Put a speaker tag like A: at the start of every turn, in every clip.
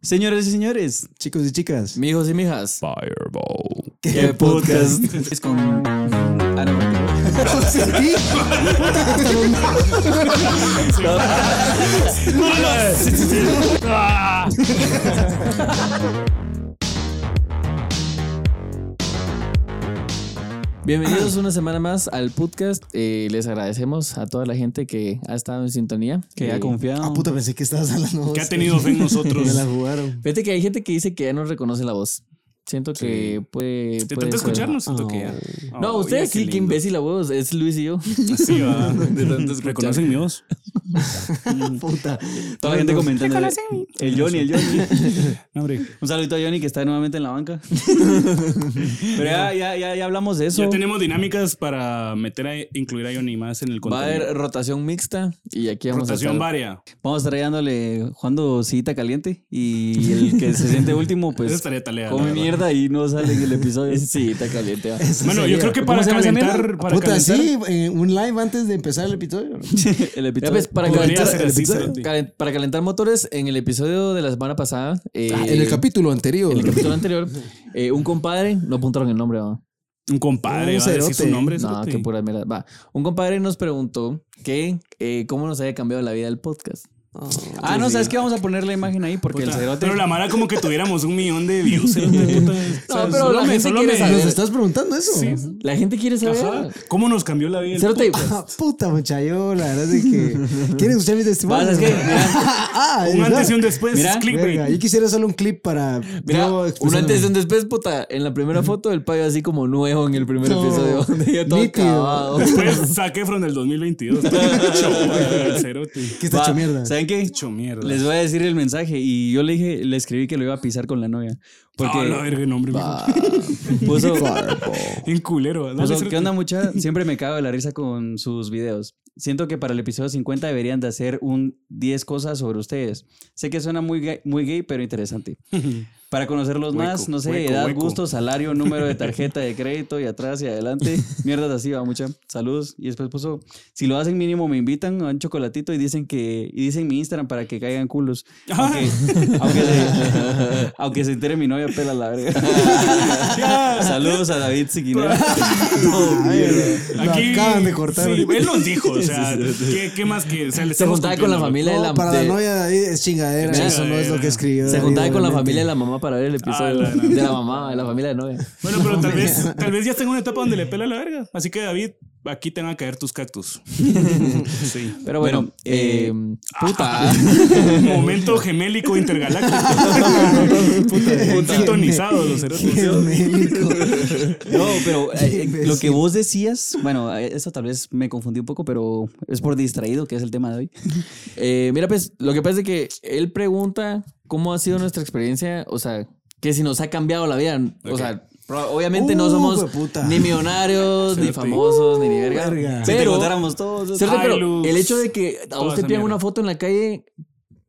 A: Señoras y señores,
B: Chicos y chicas.
A: mijos y mijas,
C: Fireball.
A: ¿qué podcast es con Ana Martín? Bienvenidos una semana más al podcast. Eh, les agradecemos a toda la gente que ha estado en sintonía. Que ha
B: Eh,
A: confiado.
B: Ah, puta, pensé que estabas hablando. vos.
D: que ha tenido fe en
B: Me
D: nosotros.
B: la jugaron.
A: Fíjate que hay gente que dice que ya no reconoce la voz. Siento que puede.
D: De
A: puede
D: tanto
A: ser.
D: escucharnos, siento que ya.
A: Ah, No,
D: Oh,
A: ustedes
D: ya,
A: sí, qué
D: lindo.
A: imbécil a huevos. Es Luis y yo.
D: Sí, va. Reconocen mi voz.
A: Mm.
B: Puta.
A: Toda la gente comentando. El Johnny, el Johnny.
D: No, hombre.
A: Un saludito a Johnny que está nuevamente en la banca. Pero ya, ya, ya, ya hablamos de eso.
D: Ya tenemos dinámicas para meter a incluir a Johnny más en
A: Va
D: el
A: a
D: contenido.
A: haber rotación mixta y aquí vamos a
D: rotación
A: estar,
D: varia.
A: vamos a estar dándole jugando sillita caliente y el que se siente último
D: Esa
A: pues
D: estaría tarea. la
A: come
D: verdad.
A: mierda y no sale en el episodio. Sillita caliente. va.
D: Bueno, yo creo que
A: ¿Cómo
D: para
A: se llama esa
D: calentar,
A: mierda?
D: para
B: puta,
D: calentar,
B: sí, eh, un live antes de empezar el episodio.
A: El episodio.
C: Ya ves,
A: para,
D: Podría
A: calentar,
D: ser así,
A: el episodio-
D: Cerote.
A: calen- para calentar motores, en el episodio de la semana pasada, eh,
C: Ah, en el capítulo anterior.
A: en el capítulo anterior, eh, un compadre, no apuntaron el nombre, ¿va?
D: un compadre
B: Un
D: va a decir su
B: cerote.
D: nombre.
A: No,
D: cerote.
A: qué pura mierda. Va, un compadre nos preguntó que eh, cómo nos había cambiado la vida el podcast. ah, no, ¿sabes qué? Vamos a poner la imagen ahí porque
D: Puta,
A: el cerote...
D: Pero la mara como que tuviéramos un millón de views. cerote, puta. O sea,
A: pero la
D: solo me-
A: gente
D: solo
A: quiere
D: me-
A: saber.
B: ¿Nos estás preguntando eso?
A: La gente quiere saber.
D: Ajá. ¿Cómo nos cambió la vida? el
A: Cerote, pues,
B: Ah, puta, muchacho, la verdad es que. ¿Quieren escuchar mi testimonio?
A: Vas, es que, mira.
B: ah,
D: Un
B: ¿verdad?
D: antes y un después.
A: Mira,
D: clickbait.
B: Verga, yo quisiera solo un clip para.
A: Mira,
B: yo
A: un
B: expresándome.
A: antes y un después, puta. En la primera foto, el payo así como nuevo en el primer
B: No,
A: episodio. Donde ya todo
B: nítido.
A: acabado.
D: Después saqué from del 2022. Todo hecho, güey, el cerote.
B: Que está
A: Va,
B: hecho mierda.
A: ¿Saben qué?
D: Hecho mierda.
A: Les voy a decir el mensaje y yo le dije, le escribí que lo iba a pisar con la novia. Porque
D: Ah, la verga, nombre. mijo.
A: puso,
D: En culero. ¿no?
A: puso,
D: Cerote.
A: Pues, ¿qué onda mucha? Siempre me cago de la risa con sus videos. Siento que para el episodio 50 deberían de hacer un 10 cosas sobre ustedes. Sé que suena muy gay, muy gay pero interesante. Para conocerlos
D: Hueco,
A: más, no sé,
D: hueco,
A: edad,
D: hueco.
A: gusto, salario, número de tarjeta de crédito y atrás y adelante. Mierdas así, va mucha. Saludos. Y después puso, si lo hacen mínimo me invitan a un chocolatito y dicen que, y dicen mi Instagram para que caigan culos. Aunque, aunque, se, aunque se entere mi novia, pela la verga. Saludos a David Siquinera.
B: Lo acaban de cortar.
D: Sí, él nos dijo, o sea, ¿qué, qué más que? O sea, le
A: Se
D: estamos
A: juntaba con la familia
D: cumpliendo.
A: de
B: No,
A: la
B: para la
A: de-
B: novia de David es chingadera.
A: Mira,
B: eso no es lo que escribió.
A: Se
B: David,
A: juntaba con la
B: obviamente.
A: familia de la mamá para ver el episodio
D: la gran-
A: de la mamá, de la familia de la novia.
D: Bueno, pero tal vez, tal vez ya está en una etapa donde le pela la verga. Así que, David, aquí te van a caer tus cactus. Sí.
A: Pero bueno, eh, puta.
D: Momento gemélico intergaláctico.
B: Puta,
D: Sintonizados los cerotes.
B: Qué médico.
A: No, pero eh, eh, lo que
B: Imbécil.
A: vos decías, bueno, eh, eso tal vez me confundí un poco, pero es por distraído, que es el tema de hoy. Eh, mira, pues lo que pasa es que él pregunta cómo ha sido nuestra experiencia, o sea, que si nos ha cambiado la vida. O sea, pro- obviamente no
B: Uh,
A: somos
B: hueputa.
A: ni millonarios, ni
D: Cerote.
A: famosos, ni ni verga.
B: verga. Si
A: Pero,
B: te
A: todos.
D: Ay, Luz.
A: el hecho de que a
D: Toda
A: vos te
D: esa
A: pidan
D: mierda.
A: una foto en la calle,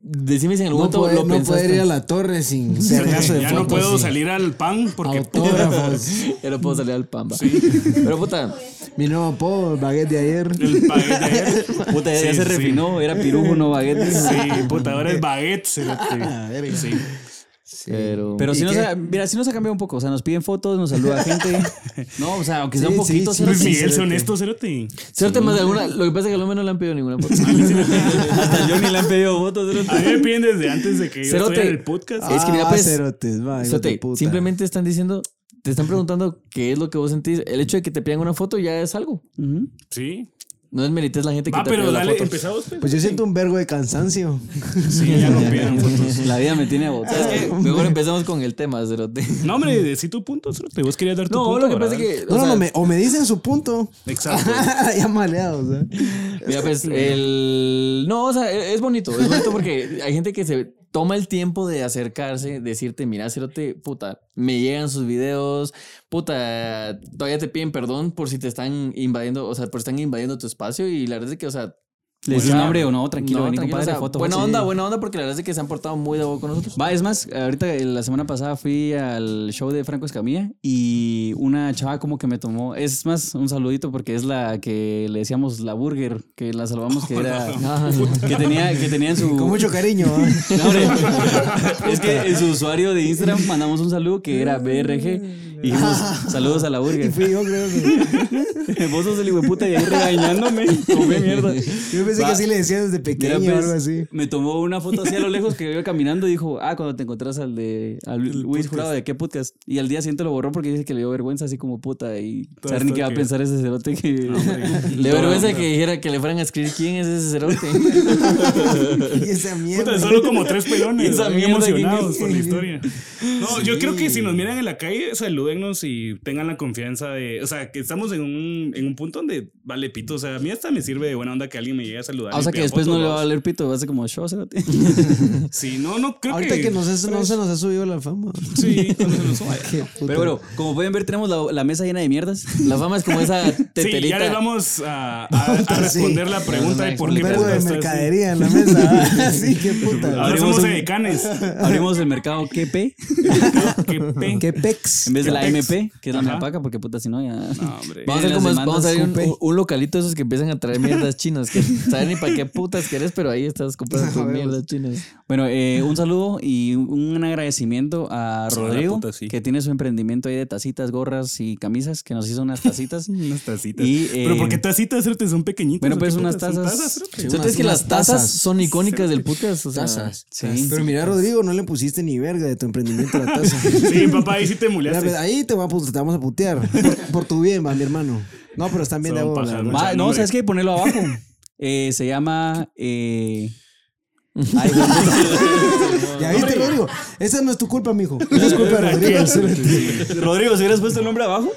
A: decime si en algún
B: No
A: momento
B: poder,
A: lo
B: no
A: pensaste.
B: poder ir a la torre sin
D: O sea,
B: cerrazo de
D: ya no
B: fotos,
D: puedo
B: sí.
D: salir al pan porque
B: Autógrafos.
A: Ya no puedo salir al pamba. Pero puta,
B: Mi nuevo apodo, el baguette de ayer.
D: el baguette de ayer.
A: puta, ya
D: Sí,
A: se
D: sí.
A: refinó, era pirujo, no baguette.
D: Sí, puta, ahora es baguette.
B: Ah,
D: cerote.
B: verga.
D: Sí.
A: Pero,
B: ¿Y
A: si nos
B: qué?
A: ha, mira, si nos ha cambiado un poco, o sea, nos piden fotos, nos saluda gente. No, o sea, aunque sea un
B: Sí,
A: poquito.
B: sí,
A: cerote.
D: Luis Miguel,
B: cerote.
D: son estos, cerote.
A: Cerote más de alguna. Lo que pasa es que al menos no le han pedido ninguna foto. Hasta yo ni le han pedido fotos.
D: A mí me piden desde antes de que yo
A: Cerote.
D: estuviera en el podcast.
A: Es que mira, pues,
B: Ah, cerotes, va, hijo de
A: Cerote,
B: puta.
A: simplemente están diciendo, te están preguntando qué es lo que vos sentís. El hecho de que te pidan una foto ya es algo.
D: Sí.
A: No desmerites la gente que
D: Va,
A: te
D: pero
A: pide la
D: dale,
A: foto.
D: empezamos. pues.
B: Pues yo siento un vergo de cansancio.
D: Sí, ya no pidan fotos.
A: La vida me tiene agotada. Mejor empezamos con el tema, Cerote.
D: No, hombre, decí tu punto, cerote. Vos querías dar tu
A: No,
D: punto.
A: lo que pasa es
D: ¿verdad?
A: que.
B: No,
A: o
B: no,
A: sea,
B: no, me- o me dicen su punto.
D: Exacto.
B: ya maleados, ¿eh?
A: Mira, pues el. No, o sea, e, es bonito. Es bonito porque hay gente que se toma el tiempo de acercarse, decirte, mira, cerote, puta, me llegan sus videos, puta, todavía te piden perdón por si te están invadiendo, o sea, por si están invadiendo tu espacio y la verdad es que, o sea.
E: Le
A: buena-
E: decía, "No, hombre, o no, tranquilo, vení,
A: ah, tranquilo,
E: compadre,
A: o sea,
E: foto,
A: Buena
E: foto".
A: onda, buena onda, porque la verdad es que se han portado muy de huevo con nosotros.
E: Va, es más, ahorita eh, la semana pasada fui al show de Franco Escamilla y y una chava como que me tomó, es más, un saludito porque es la que le decíamos la burger, que la salvamos que era, que tenía, que tenía en su...
B: Con mucho cariño. ¿eh?
E: No, hombre. es que en su usuario de Instagram mandamos un saludo que era BRG y dijimos saludos a la
B: Y
E: burger.
B: fui yo, creo que.
E: Vos sos el hijo de puta y ahí regañándome, come mierda.
B: Yo pensé
E: Va.
B: que así le decía desde
E: Mira,
B: pequeño o
E: pues,
B: algo así.
E: Me tomó una foto así a lo lejos que iba caminando y dijo, ah, cuando te encontrás al de al Luis Jurado de qué podcast. Y al día siguiente lo borró porque dice que le dio vergüenza así como puta. Y
D: Todo
E: saben ni
D: esto
E: qué va a
D: que-
E: pensar ese cerote que.
D: hombre.
A: Le
E: No,
A: vergüenza
E: no.
A: que dijera que le fueran a escribir quién es ese cerote.
B: Y esa mierda.
D: Puta, solo como tres pelones,
E: Esa
D: muy
E: mierda
D: emocionados
E: que-
D: por la historia. No, yo creo que si nos miran en la calle, salúdennos y tengan la confianza de. O sea, que estamos en un, en un punto donde vale pito. O sea, a mí hasta me sirve de buena onda que alguien me llegue a saludar.
E: Ah, o
D: y
E: sea que
D: pida
E: después no
D: fotos,
E: le va a
D: ¿no?
E: valer pito, va a ser como show, cerote.
D: Sí, no, no, creo
B: Ahorita
D: que.
B: que nos es- no se nos ha subido la fama.
D: Sí, cuando se nos suba.
B: Qué puta.
E: Pero bueno, como pueden ver, tenemos la, la mesa llena de mierdas.
A: La fama es como esa
D: Sí, ya les
A: teterita.
D: vamos a, a- a responder la pregunta de por
B: un
D: qué
B: verbo de
D: putas está así.
B: mercadería en la mesa. Sí, qué puta.
D: Ahora
E: Abrimos
D: somos
E: un-
D: edecanes.
E: Abrimos el mercado KP
D: Qué pe-
B: Qué pex.
E: en vez de la
D: Qué pex.
E: MP, que es la
D: Ajá.
E: meapaca, porque puta, si no ya.
D: No, hombre.
A: Vamos a hacer
E: Las
A: como es-
E: demandas
A: vamos a abrir un,
E: cupe.
A: un localito de esos que empiezan a traer mierdas chinas. Que saben ni para qué putas querés, pero ahí estás comprando tus mierdas chinas.
E: Bueno, eh, un saludo y un agradecimiento a
D: Sí,
E: Rodrigo,
D: la puta, sí.
E: que tiene su emprendimiento ahí de tacitas, gorras y camisas, que nos hizo unas tacitas.
D: Unas tacitas.
E: Y,
D: Pero
E: eh,
D: ¿por qué tacitas, cerote? Son pequeñitas.
E: Bueno,
D: ¿o
E: pues
D: qué
E: unas
D: putas? Son
E: tazas.
D: cerote.
E: Sí,
A: ¿Sabes
E: unas-
A: que las
E: unas
A: tazas,
E: tazas.
A: son icónicas del podcast? O sea,
E: Tazas. Sí.
B: Pero mira, Rodrigo, no le pusiste ni verga de tu emprendimiento a la taza.
D: Sí, papá, ahí sí te
B: Mira,
D: muleaste.
B: pues, ahí te, va a pu- te vamos a putear. Por, por tu bien, va, mi hermano. No, pero están bien de
D: Son
B: bola,
D: pajas,
B: ¿no?
D: man.
E: Va,
D: Mucho
E: no,
D: nombre.
E: ¿sabes qué? Ponelo abajo. Eh, se llama. eh, ay, güey, puta.
B: Ya viste, Rodrigo. Esa no es tu culpa, mijo. Esa es culpa de Rodrigo.
E: Rodrigo, ¿si hubieras puesto el nombre abajo?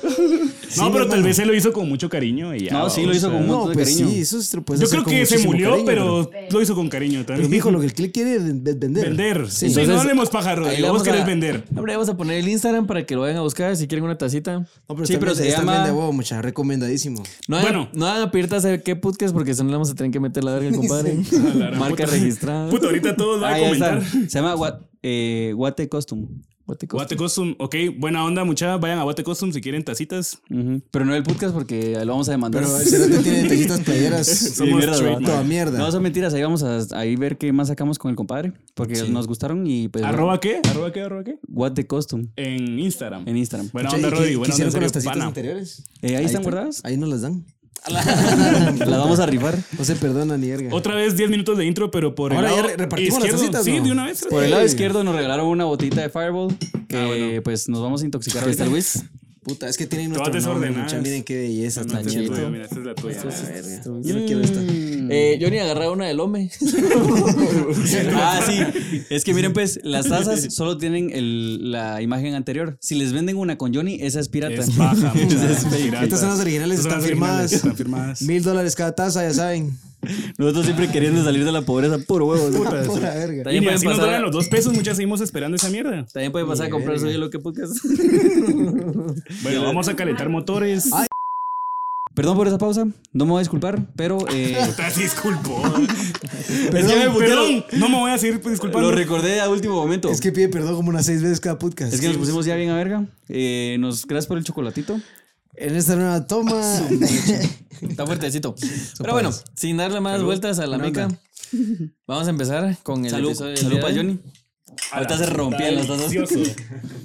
D: No, pero tal vez se lo hizo con mucho cariño y ya.
E: No, sí, lo hizo
D: o sea,
E: con- Un montón
B: No,
E: de
B: pues
E: cariño.
B: sí, eso es pues,
D: Yo
B: hacer
D: creo
B: con
D: que se
B: muchísimo
D: murió,
B: cariño,
D: pero lo hizo con cariño
B: Pero,
D: también.
B: mijo, lo que el click quiere es vender.
D: Vender. Sí,
B: Sí.
D: no
A: Entonces,
D: hablemos paja,
A: Ahí
D: Rodrigo.
A: le
D: Vos
A: vamos
D: querés
A: a-
D: vender.
A: Hombre, vamos a poner el Instagram para que lo vayan a buscar si quieren una tacita.
B: No, pero
E: Sí,
B: sí,
E: pero
B: pero
E: se
B: está
E: llama-
B: bien de huevo, mucha. Recomendadísimo.
A: No hagan,
D: Bueno.
A: no hagan a pedir taza de qué podcast porque si no le vamos a tener que meter la verga al compadre.
D: A la gran
A: Marca
D: puta.
A: registrada.
D: Puta, ahorita todos van
E: Ah,
D: a
E: ya está.
D: comentar.
E: Se llama Gua- eh, Guate Custom.
A: What the cost-
D: Guate Custom, ok, buena onda, muchachos. Vayan a Guate Custom si quieren tacitas.
E: Ujú. Pero no el podcast porque lo vamos a demandar.
B: Pero el cerote tiene detallistas playeras.
D: Somos
E: mierda,
D: trademark.
B: Toda mierda.
E: No, son mentiras. Ahí vamos a ahí ver qué más sacamos con el compadre. Porque nos gustaron y pues.
D: ¿Arroba qué? ¿Arroba qué? ¿Arroba qué?
E: What the Custom
D: En Instagram.
E: en Instagram.
D: Buena
B: Mucha,
D: onda,
B: ¿y qué-
D: Rodrigo.
B: qué
D: Buena onda,
B: hicieron con
D: en serio,
B: las tacitas
D: pana.
B: anteriores?
E: Eh, ahí, están
B: está-
E: guardadas.
B: Ahí nos las dan.
E: Las vamos a rifar.
B: No se perdona ni verga.
D: Otra vez 10 minutos de intro, pero por
B: Ahora
D: el
B: ya
D: lado
B: re- repartimos las
D: izquierdo.
B: tacitas,
D: Sí,
B: ¿no?
D: de una vez.
E: Por el lado izquierdo nos regalaron una botita de Fireball. Que pues nos vamos a intoxicar ahorita, Luis.
B: Puta, es que tienen
D: Todas
B: nuestro nombre,
D: desordenadas.
B: mucha. Miren qué belleza
D: No,
B: tan
D: esta es
B: chida.
D: tuya, mira, esta es la tuya.
B: Yo no quiero esta.
A: Eh, yo ni agarraba una del Ome.
E: ah, sí. Es que miren, pues, las tazas solo tienen el- la imagen anterior. Si les venden una con Johnny, esa es pirata.
D: Es paja, mucha. Es pirata.
B: Estas son las originales,
D: Estas
B: están
D: son las originales,
B: firmadas.
D: Están firmadas.
B: Mil dólares cada taza, ya saben.
E: Nosotros siempre queriendo salir de la pobreza, puro huevo. ¿no?
D: Puta, sí.
B: Pura verga.
D: Y
A: También
D: ni
A: pueden
D: así nos
A: pasar-
D: duelen los dos pesos, muchas seguimos esperando esa mierda.
E: También puede pasar a comprar soy lo que podcast.
D: Bueno, vamos a calentar motores.
B: Ay.
E: Perdón por esa pausa. No me voy a disculpar, pero eh,
D: Puta, disculpo.
E: Es que me
D: Perdón,
E: putearon.
D: perdón, no me voy a seguir disculpando.
E: lo recordé a último momento.
B: Es que pide perdón como unas seis veces cada podcast.
E: Es que nos pusimos ya bien a verga. Eh, nos, gracias por el chocolatito.
B: En esta nueva toma.
A: Está fuertecito. Pero bueno, sin darle más vueltas a la mica, vamos a empezar con el
E: Salud,
A: episodio del
E: salud
A: día
E: para
A: de hoy.
E: Johnny.
D: A la-
E: Ahorita se rompían las
D: está
E: tazas.
D: delicioso.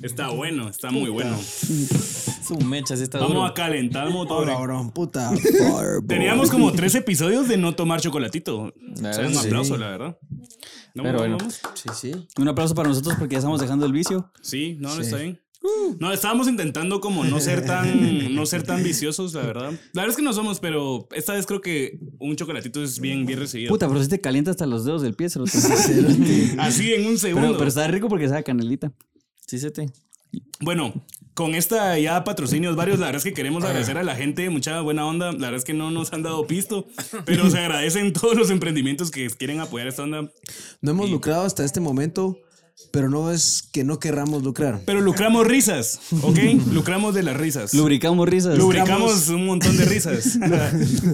D: Está bueno, está muy bueno.
A: Su mecha, sí está duro.
D: Vamos a calentar motores.
B: Cabrón, puta.
D: Teníamos como tres episodios de no tomar chocolatito.
A: La
D: O sea,
A: verdad,
D: un
A: sí.
D: aplauso, la verdad. No,
A: Pero
D: no,
A: bueno.
D: no.
B: Sí, sí.
E: Un aplauso para nosotros porque ya estamos dejando el vicio.
D: Sí, no, no está bien. No, estábamos intentando como no ser tan no ser tan viciosos, la verdad. La verdad es que no somos, pero esta vez creo que un chocolatito es bien bien recibido.
E: Puta, pero si te calienta hasta los dedos del pie, se lo tengo.
D: Así en un segundo.
E: pero, pero está rico porque sabe canelita.
A: Sí, se te.
D: Bueno, con esta ya patrocinios varios, la verdad es que queremos agradecer a la gente, mucha buena onda. La verdad es que no nos han dado pisto, pero se agradecen todos los emprendimientos que quieren apoyar esta onda.
B: No hemos lucrado hasta este momento. pero no es que no querramos lucrar.
D: Pero lucramos risas, ¿ok? lucramos de las risas.
E: Lubricamos risas.
D: Lubricamos un montón de risas.
A: Ese es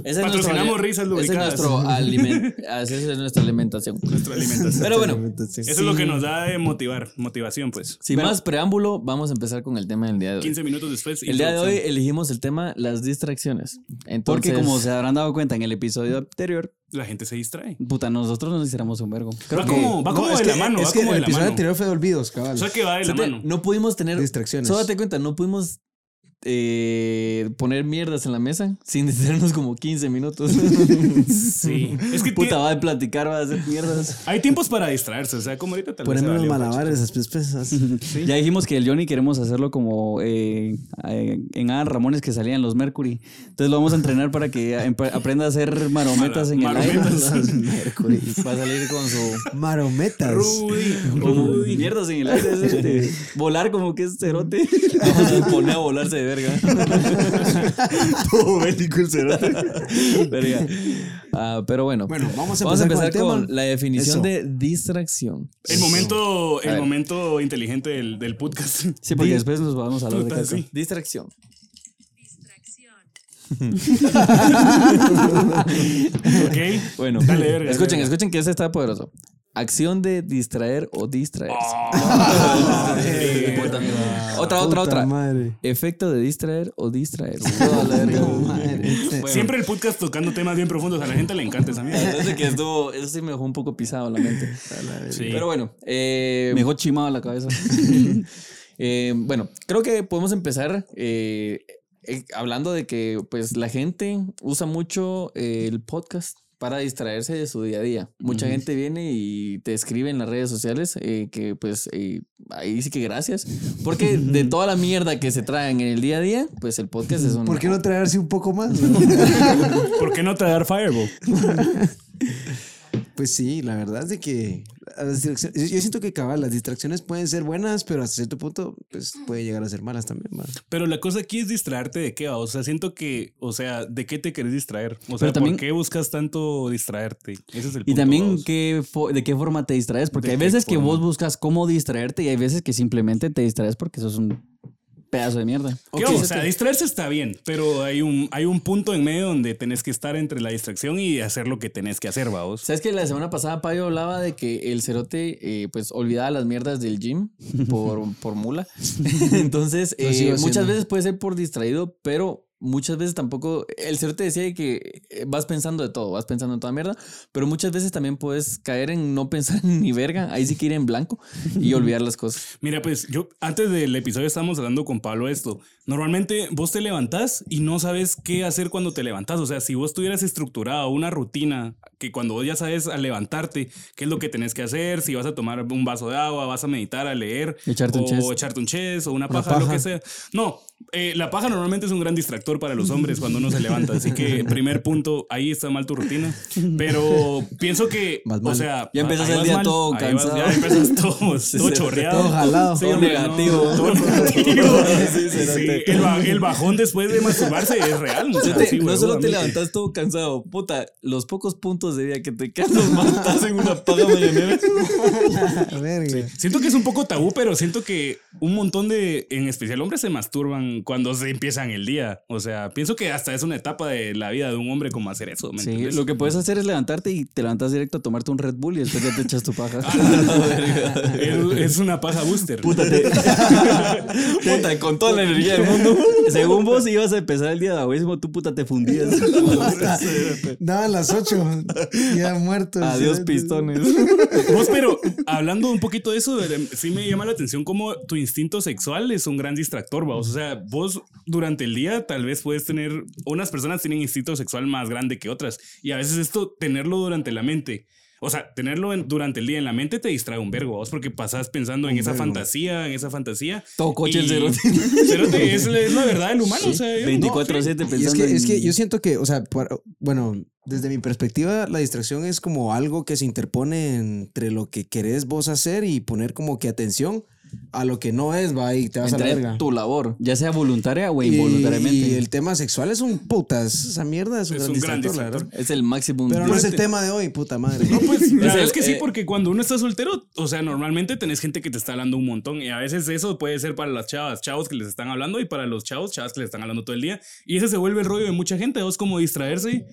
A: nuestro-
D: Patrocinamos
A: ese
D: risas
A: es
D: lubricadas.
A: nuestro alimen- esa es nuestra alimentación.
D: Nuestra alimentación.
A: Pero bueno,
B: Entonces,
D: Eso es lo que nos da de motivar, motivación, pues.
A: sin más preámbulo, vamos a empezar con el tema del día de hoy.
D: 15 minutos después.
A: El día de hoy
D: introducción.
A: elegimos el tema las distracciones.
E: Porque
A: Entonces,
E: como se habrán dado cuenta en el episodio anterior,
D: La gente se distrae.
E: puta, nosotros nos hiciéramos un vergo.
D: va como, va como
B: Eh, es
D: de
B: que-
D: la mano,
B: es
D: va
B: que
D: como de
B: el
D: la
B: episodio
D: mano.
B: anterior fue de olvidos,
D: O
B: cabal.
D: sea que va de la
A: Fíjate,
D: mano.
A: no pudimos tener
B: Distracciones.
A: Solo date cuenta, no pudimos eh, poner mierdas en la mesa sin distraernos como 15 minutos.
D: Sí. Es que
E: Puta,
D: tie-
E: va a platicar, va a hacer mierdas.
D: hay tiempos para distraerse. O sea, como ahorita tal vez.
B: Ponemos
D: pues, se
B: los
D: valió,
B: malabares, las pesas.
E: Ya dijimos que el Johnny queremos hacerlo como eh, eh, en Adam Ramones que salían los Mercury. Entonces lo vamos a entrenar para que em- aprenda a hacer marometas en el aire.
D: Marometas.
B: Mercury.
A: Va a salir con su.
B: Marometas.
D: pues. Rudy,
E: Como
D: Rudy.
E: mierdas en el aire. es este, volar como que es cerote.
A: Vamos a poner a volarse de verga.
B: Todo bélico el cerote.
E: Verga.
A: Ah, pero bueno.
B: Bueno, vamos a empezar,
A: Vamos a empezar
B: con,
A: con,
B: el tema.
A: la definición
B: Eso.
A: de distracción.
D: El momento,
A: A
D: el
A: ver.
D: momento inteligente del, del podcast.
E: Sí, porque después nos vamos a hablar de
D: Puta,
E: caca.
D: sí.
A: Distracción.
D: Ok.
A: Bueno,
D: Dale, verga,
A: escuchen,
D: verga.
A: escuchen que ese está poderoso. Acción de distraer o distraerse.
D: Ah, eh,
A: otra, otra,
B: Puta
A: otra.
B: madre.
A: Efecto de distraer o distraer.
B: No, madre.
D: Siempre el podcast tocando temas bien profundos. A la gente le encanta esa mierda.
A: que estuvo, eso sí me dejó un poco pisado la mente.
D: Sí.
A: Pero bueno, eh,
E: Me dejó chimado la cabeza.
A: eh, bueno, creo que podemos empezar eh, eh, hablando de que pues la gente usa mucho eh, el podcast para distraerse de su día a día. Mucha gente viene y te escribe en las redes sociales eh, que pues eh, ahí sí que gracias, porque de toda la mierda que se traen en el día a día, pues el podcast es un...
B: ¿Por qué no traerse un poco más?
D: ¿Por qué no traer Fireball?
B: Pues sí, la verdad es de que las distracciones- yo yo siento que cabal, las distracciones pueden ser buenas, pero hasta cierto punto pues puede llegar a ser malas también. ¿va?
D: Pero la cosa aquí es distraerte de qué, va? o sea, siento que, o sea, ¿de qué te querés distraer? O sea,
E: también-
D: ¿por qué buscas tanto distraerte? Ese es el punto.
E: Y también
D: vos.
E: qué fo- de qué forma te distraes, porque
D: ¿De
E: hay
D: qué
E: veces que
D: forma?
E: vos buscas cómo distraerte y hay veces que simplemente te distraes porque sos un pedazo de mierda.
D: ¿Qué, o sea, distraerse está bien, pero hay un, hay un punto en medio donde tenés que estar entre la distracción y hacer lo que tenés que hacer, vaos.
A: ¿Sabes que la semana pasada Payo hablaba de que el cerote eh, pues olvidaba las mierdas del gym por, por mula? Entonces,
B: Lo
A: eh,
B: sigo
A: muchas
B: haciendo.
A: veces puede ser por distraído, pero muchas veces tampoco. El cerote decía que eh, vas pensando de todo, vas pensando en toda mierda, pero muchas veces también puedes caer en no pensar ni verga, ahí sí que ir en blanco y olvidar las cosas.
D: Mira, pues yo antes del episodio estábamos hablando con Pablo esto. Normalmente vos te levantás y no sabes qué hacer cuando te levantás. O sea, si vos tuvieras estructurada una rutina que cuando vos ya sabes al levantarte qué es lo que tenés que hacer, si vas a tomar un vaso de agua, vas a meditar, a leer,
E: Echarte un
D: o
E: chest.
D: echarte un chest o una paja, lo que sea. No, eh, la paja normalmente es un gran distractor para los hombres cuando uno se levanta. Así que primer punto, ahí está mal tu rutina. Pero pienso que,
B: Vas
D: o
B: mal.
D: sea,
E: Ya empezás
D: ahí
E: el
D: vas
E: día todo
D: ahí vas-
E: cansado.
D: ya empiezas todo, todo chorreado.
B: Todo jalado.
D: Sí,
A: Todo
D: hombre,
A: negativo.
D: no, todo negativo. Sí, el, ba- el bajón después de masturbarse es real. o sea,
A: Cerote,
D: sí,
A: no solo te
D: huevudamente.
A: levantas todo cansado, puta, los pocos puntos de día que te quedas los matas en una paga mañanera.
B: La verga.
D: Siento que es un poco tabú, pero siento que un montón de, en especial hombres, se masturban cuando se empiezan el día. O sea, pienso que hasta es una etapa de la vida de un hombre como hacer eso. ¿me
E: Sí,
D: entendés?
E: lo que puedes hacer es levantarte y te levantas directo a tomarte un Red Bull y después ya te echas tu paja.
D: Ah, es, es una paja booster.
A: Puta, con toda la energía del mundo.
E: Según vos ibas a empezar el día de hoy, mismo tú puta te fundías.
B: Daban Ah, las 8. Ya muerto. el
E: Adiós
B: cerote.
E: pistones.
D: Vos, pero hablando un poquito de eso, de- sí me llama la atención cómo tu instinto sexual es un gran distractor, vos. O sea, vos durante el día tal vez puedes tener, unas personas tienen instinto sexual más grande que otras. Y a veces esto, tenerlo durante la mente. O sea, tenerlo en- durante el día en la mente te distrae un vergo, vos, porque pasás pensando en esa fantasía, en esa fantasía.
A: Todo coche
D: Y-
A: el cerote.
D: Cerote, es, la- es la verdad del humano. o sea, yo no-
E: 24-7
B: Y es
E: pensando
B: que,
E: en-
B: es que yo siento que, o sea, para- bueno, desde mi perspectiva, la distracción es como algo que se interpone entre lo que querés vos hacer y poner como que atención a lo que no es, va y te vas a la
A: Entre
B: verga.
A: tu labor.
E: Ya sea voluntaria o
B: Y-
E: involuntariamente.
B: Y el tema sexual es un putas. Esa mierda es un,
D: Es
B: gran,
D: un gran
B: distractor, la
D: distractor.
B: verdad.
A: Es el máximo.
B: Pero no es el
A: disfrute.
B: tema de hoy, puta madre.
D: No, pues la verdad
A: el-
D: es que sí,
A: eh,
D: porque cuando uno está soltero, o sea, normalmente tenés gente que te está hablando un montón y a veces eso puede ser para las chavas, chavos que les están hablando y para los chavos, chavas que les están hablando todo el día. Y ese se vuelve el rollo de mucha gente, es como distraerse.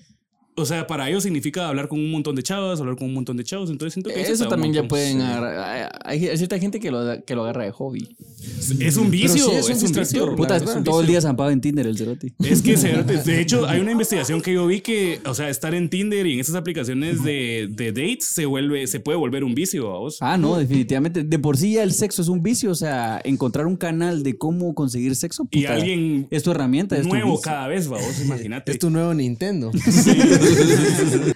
D: O sea, para ellos significa hablar con un montón de chavas, hablar con un montón de chavos. Entonces siento que
A: Eso
D: está
A: también
D: un
A: ya
D: montón.
A: pueden agarrar. Hay, hay cierta gente que lo, que lo agarra de hobby.
D: Es un
B: Pero
D: vicio,
B: sí
D: es, un
B: distractor,
D: vicio.
E: Puta,
B: la verdad.
E: todo el día zampado en Tinder el Cerati.
D: Es que, se- de hecho, hay una investigación que yo vi que, o sea, estar en Tinder y en esas aplicaciones de, de dates se vuelve, se puede volver un vicio, vos.
E: Ah, no, definitivamente. De por sí ya el sexo es un vicio. O sea, encontrar un canal de cómo conseguir sexo.
D: Y
E: puta,
D: alguien
E: Es tu herramienta. Es tu
D: Nuevo
E: vicio.
D: cada vez, vos, imagínate.
B: Es tu nuevo Nintendo.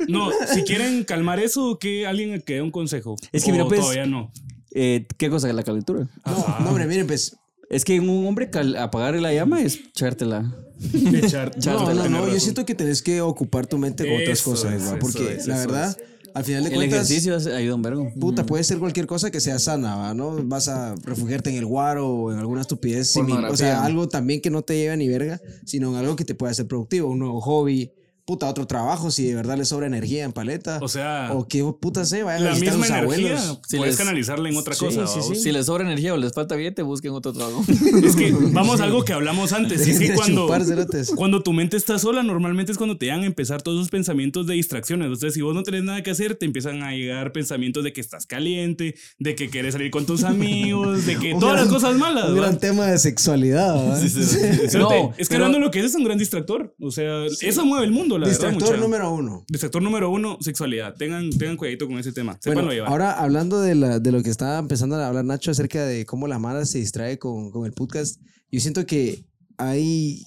D: No, si quieren calmar eso, que alguien que dé un consejo.
E: Es que
D: O
E: mira, pues-
D: Todavía no.
E: Eh, ¿Qué cosa? La calentura.
B: No, no, hombre, miren, pues.
E: Es que un hombre cal- apagar la llama es echártela.
D: Echar-
B: No,
D: tenés
B: no, no.
D: razón.
B: Yo siento que tenés que ocupar tu mente con otras
D: Eso
B: cosas,
D: es,
B: ¿va?
D: eso
B: Porque
D: es,
B: la
D: eso
B: verdad, al final de
E: El
B: cuentas.
E: ejercicio Mm. hace- ayuda un vergo.
B: Puta, puede ser cualquier cosa que sea sana, ¿va? ¿no? Vas a refugiarte en el guaro o en alguna estupidez. similar. O sea,
A: Pornografía.
B: algo también que no te lleve a ni verga, sino en algo que te pueda hacer productivo, un nuevo hobby, puta, otro trabajo, si de verdad le sobra energía en paleta.
D: O sea,
B: o que puta se vaya a
D: la
B: visitar a
D: misma
B: sus
D: energía
B: abuelos.
A: Si
D: puedes
A: les-
D: canalizarla en otra cosa. ¿va vos?
A: Si les sobra energía o les falta billete, busquen otro trabajo.
D: Es que vamos a algo que hablamos antes. y es
B: Dejen
D: que
B: de
D: cuando,
B: chupar, cerotes.
D: cuando tu mente está sola, normalmente es cuando te van a empezar todos esos pensamientos de distracciones. O sea, si vos no tenés nada que hacer, te empiezan a llegar pensamientos de que estás caliente, de que quieres salir con tus amigos, de que
B: Un
D: todas las
B: gran-
D: cosas malas.
B: Un
D: ¿va?
B: gran tema de sexualidad. ¿va?
D: Espérate,
A: No,
D: es que
A: pero-
D: hablando de lo que es, es un gran distractor. O sea, eso mueve el mundo, la verdad.
B: Distractor
D: mucha.
B: número uno.
D: Distractor número uno, sexualidad. Tengan, tengan cuidadito con ese tema. Sépanlo
B: Bueno,
D: llevar.
B: ahora hablando de, la, de lo que estaba empezando a hablar Nacho acerca de cómo la Mara se distrae con, con el podcast, yo siento que hay,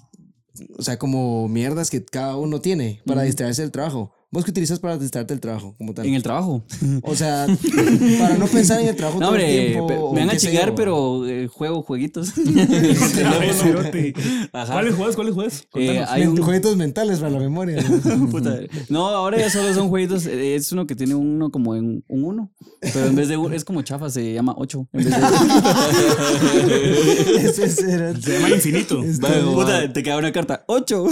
B: o sea, como mierdas que cada uno tiene para distraerse del trabajo. ¿Vos qué utilizas para distraerte del trabajo? Como tal?
E: En el trabajo.
B: O sea, para no pensar en el trabajo
E: No,
B: todo el
E: hombre,
B: tiempo.
E: pe-
B: o
E: me van a
B: qué sé
E: chingar,
B: yo.
E: pero eh, juego jueguitos. Eh,
D: Ay, cerote.
E: Ajá.
D: ¿Cuáles juegas? ¿Cuáles juegas?
E: Eh,
D: Contanos.
E: hay
B: Men-
E: un-
B: Juguetes mentales para la memoria. ¿no?
E: Puta, No, ahora ya solo son jueguitos. eh, Es uno que tiene uno como en un uno. Pero en vez de un- es como chafa, se llama ocho. En vez de-
B: Ese será-
D: Se llama infinito.
E: este, Puta, te queda una carta. ¡Ocho!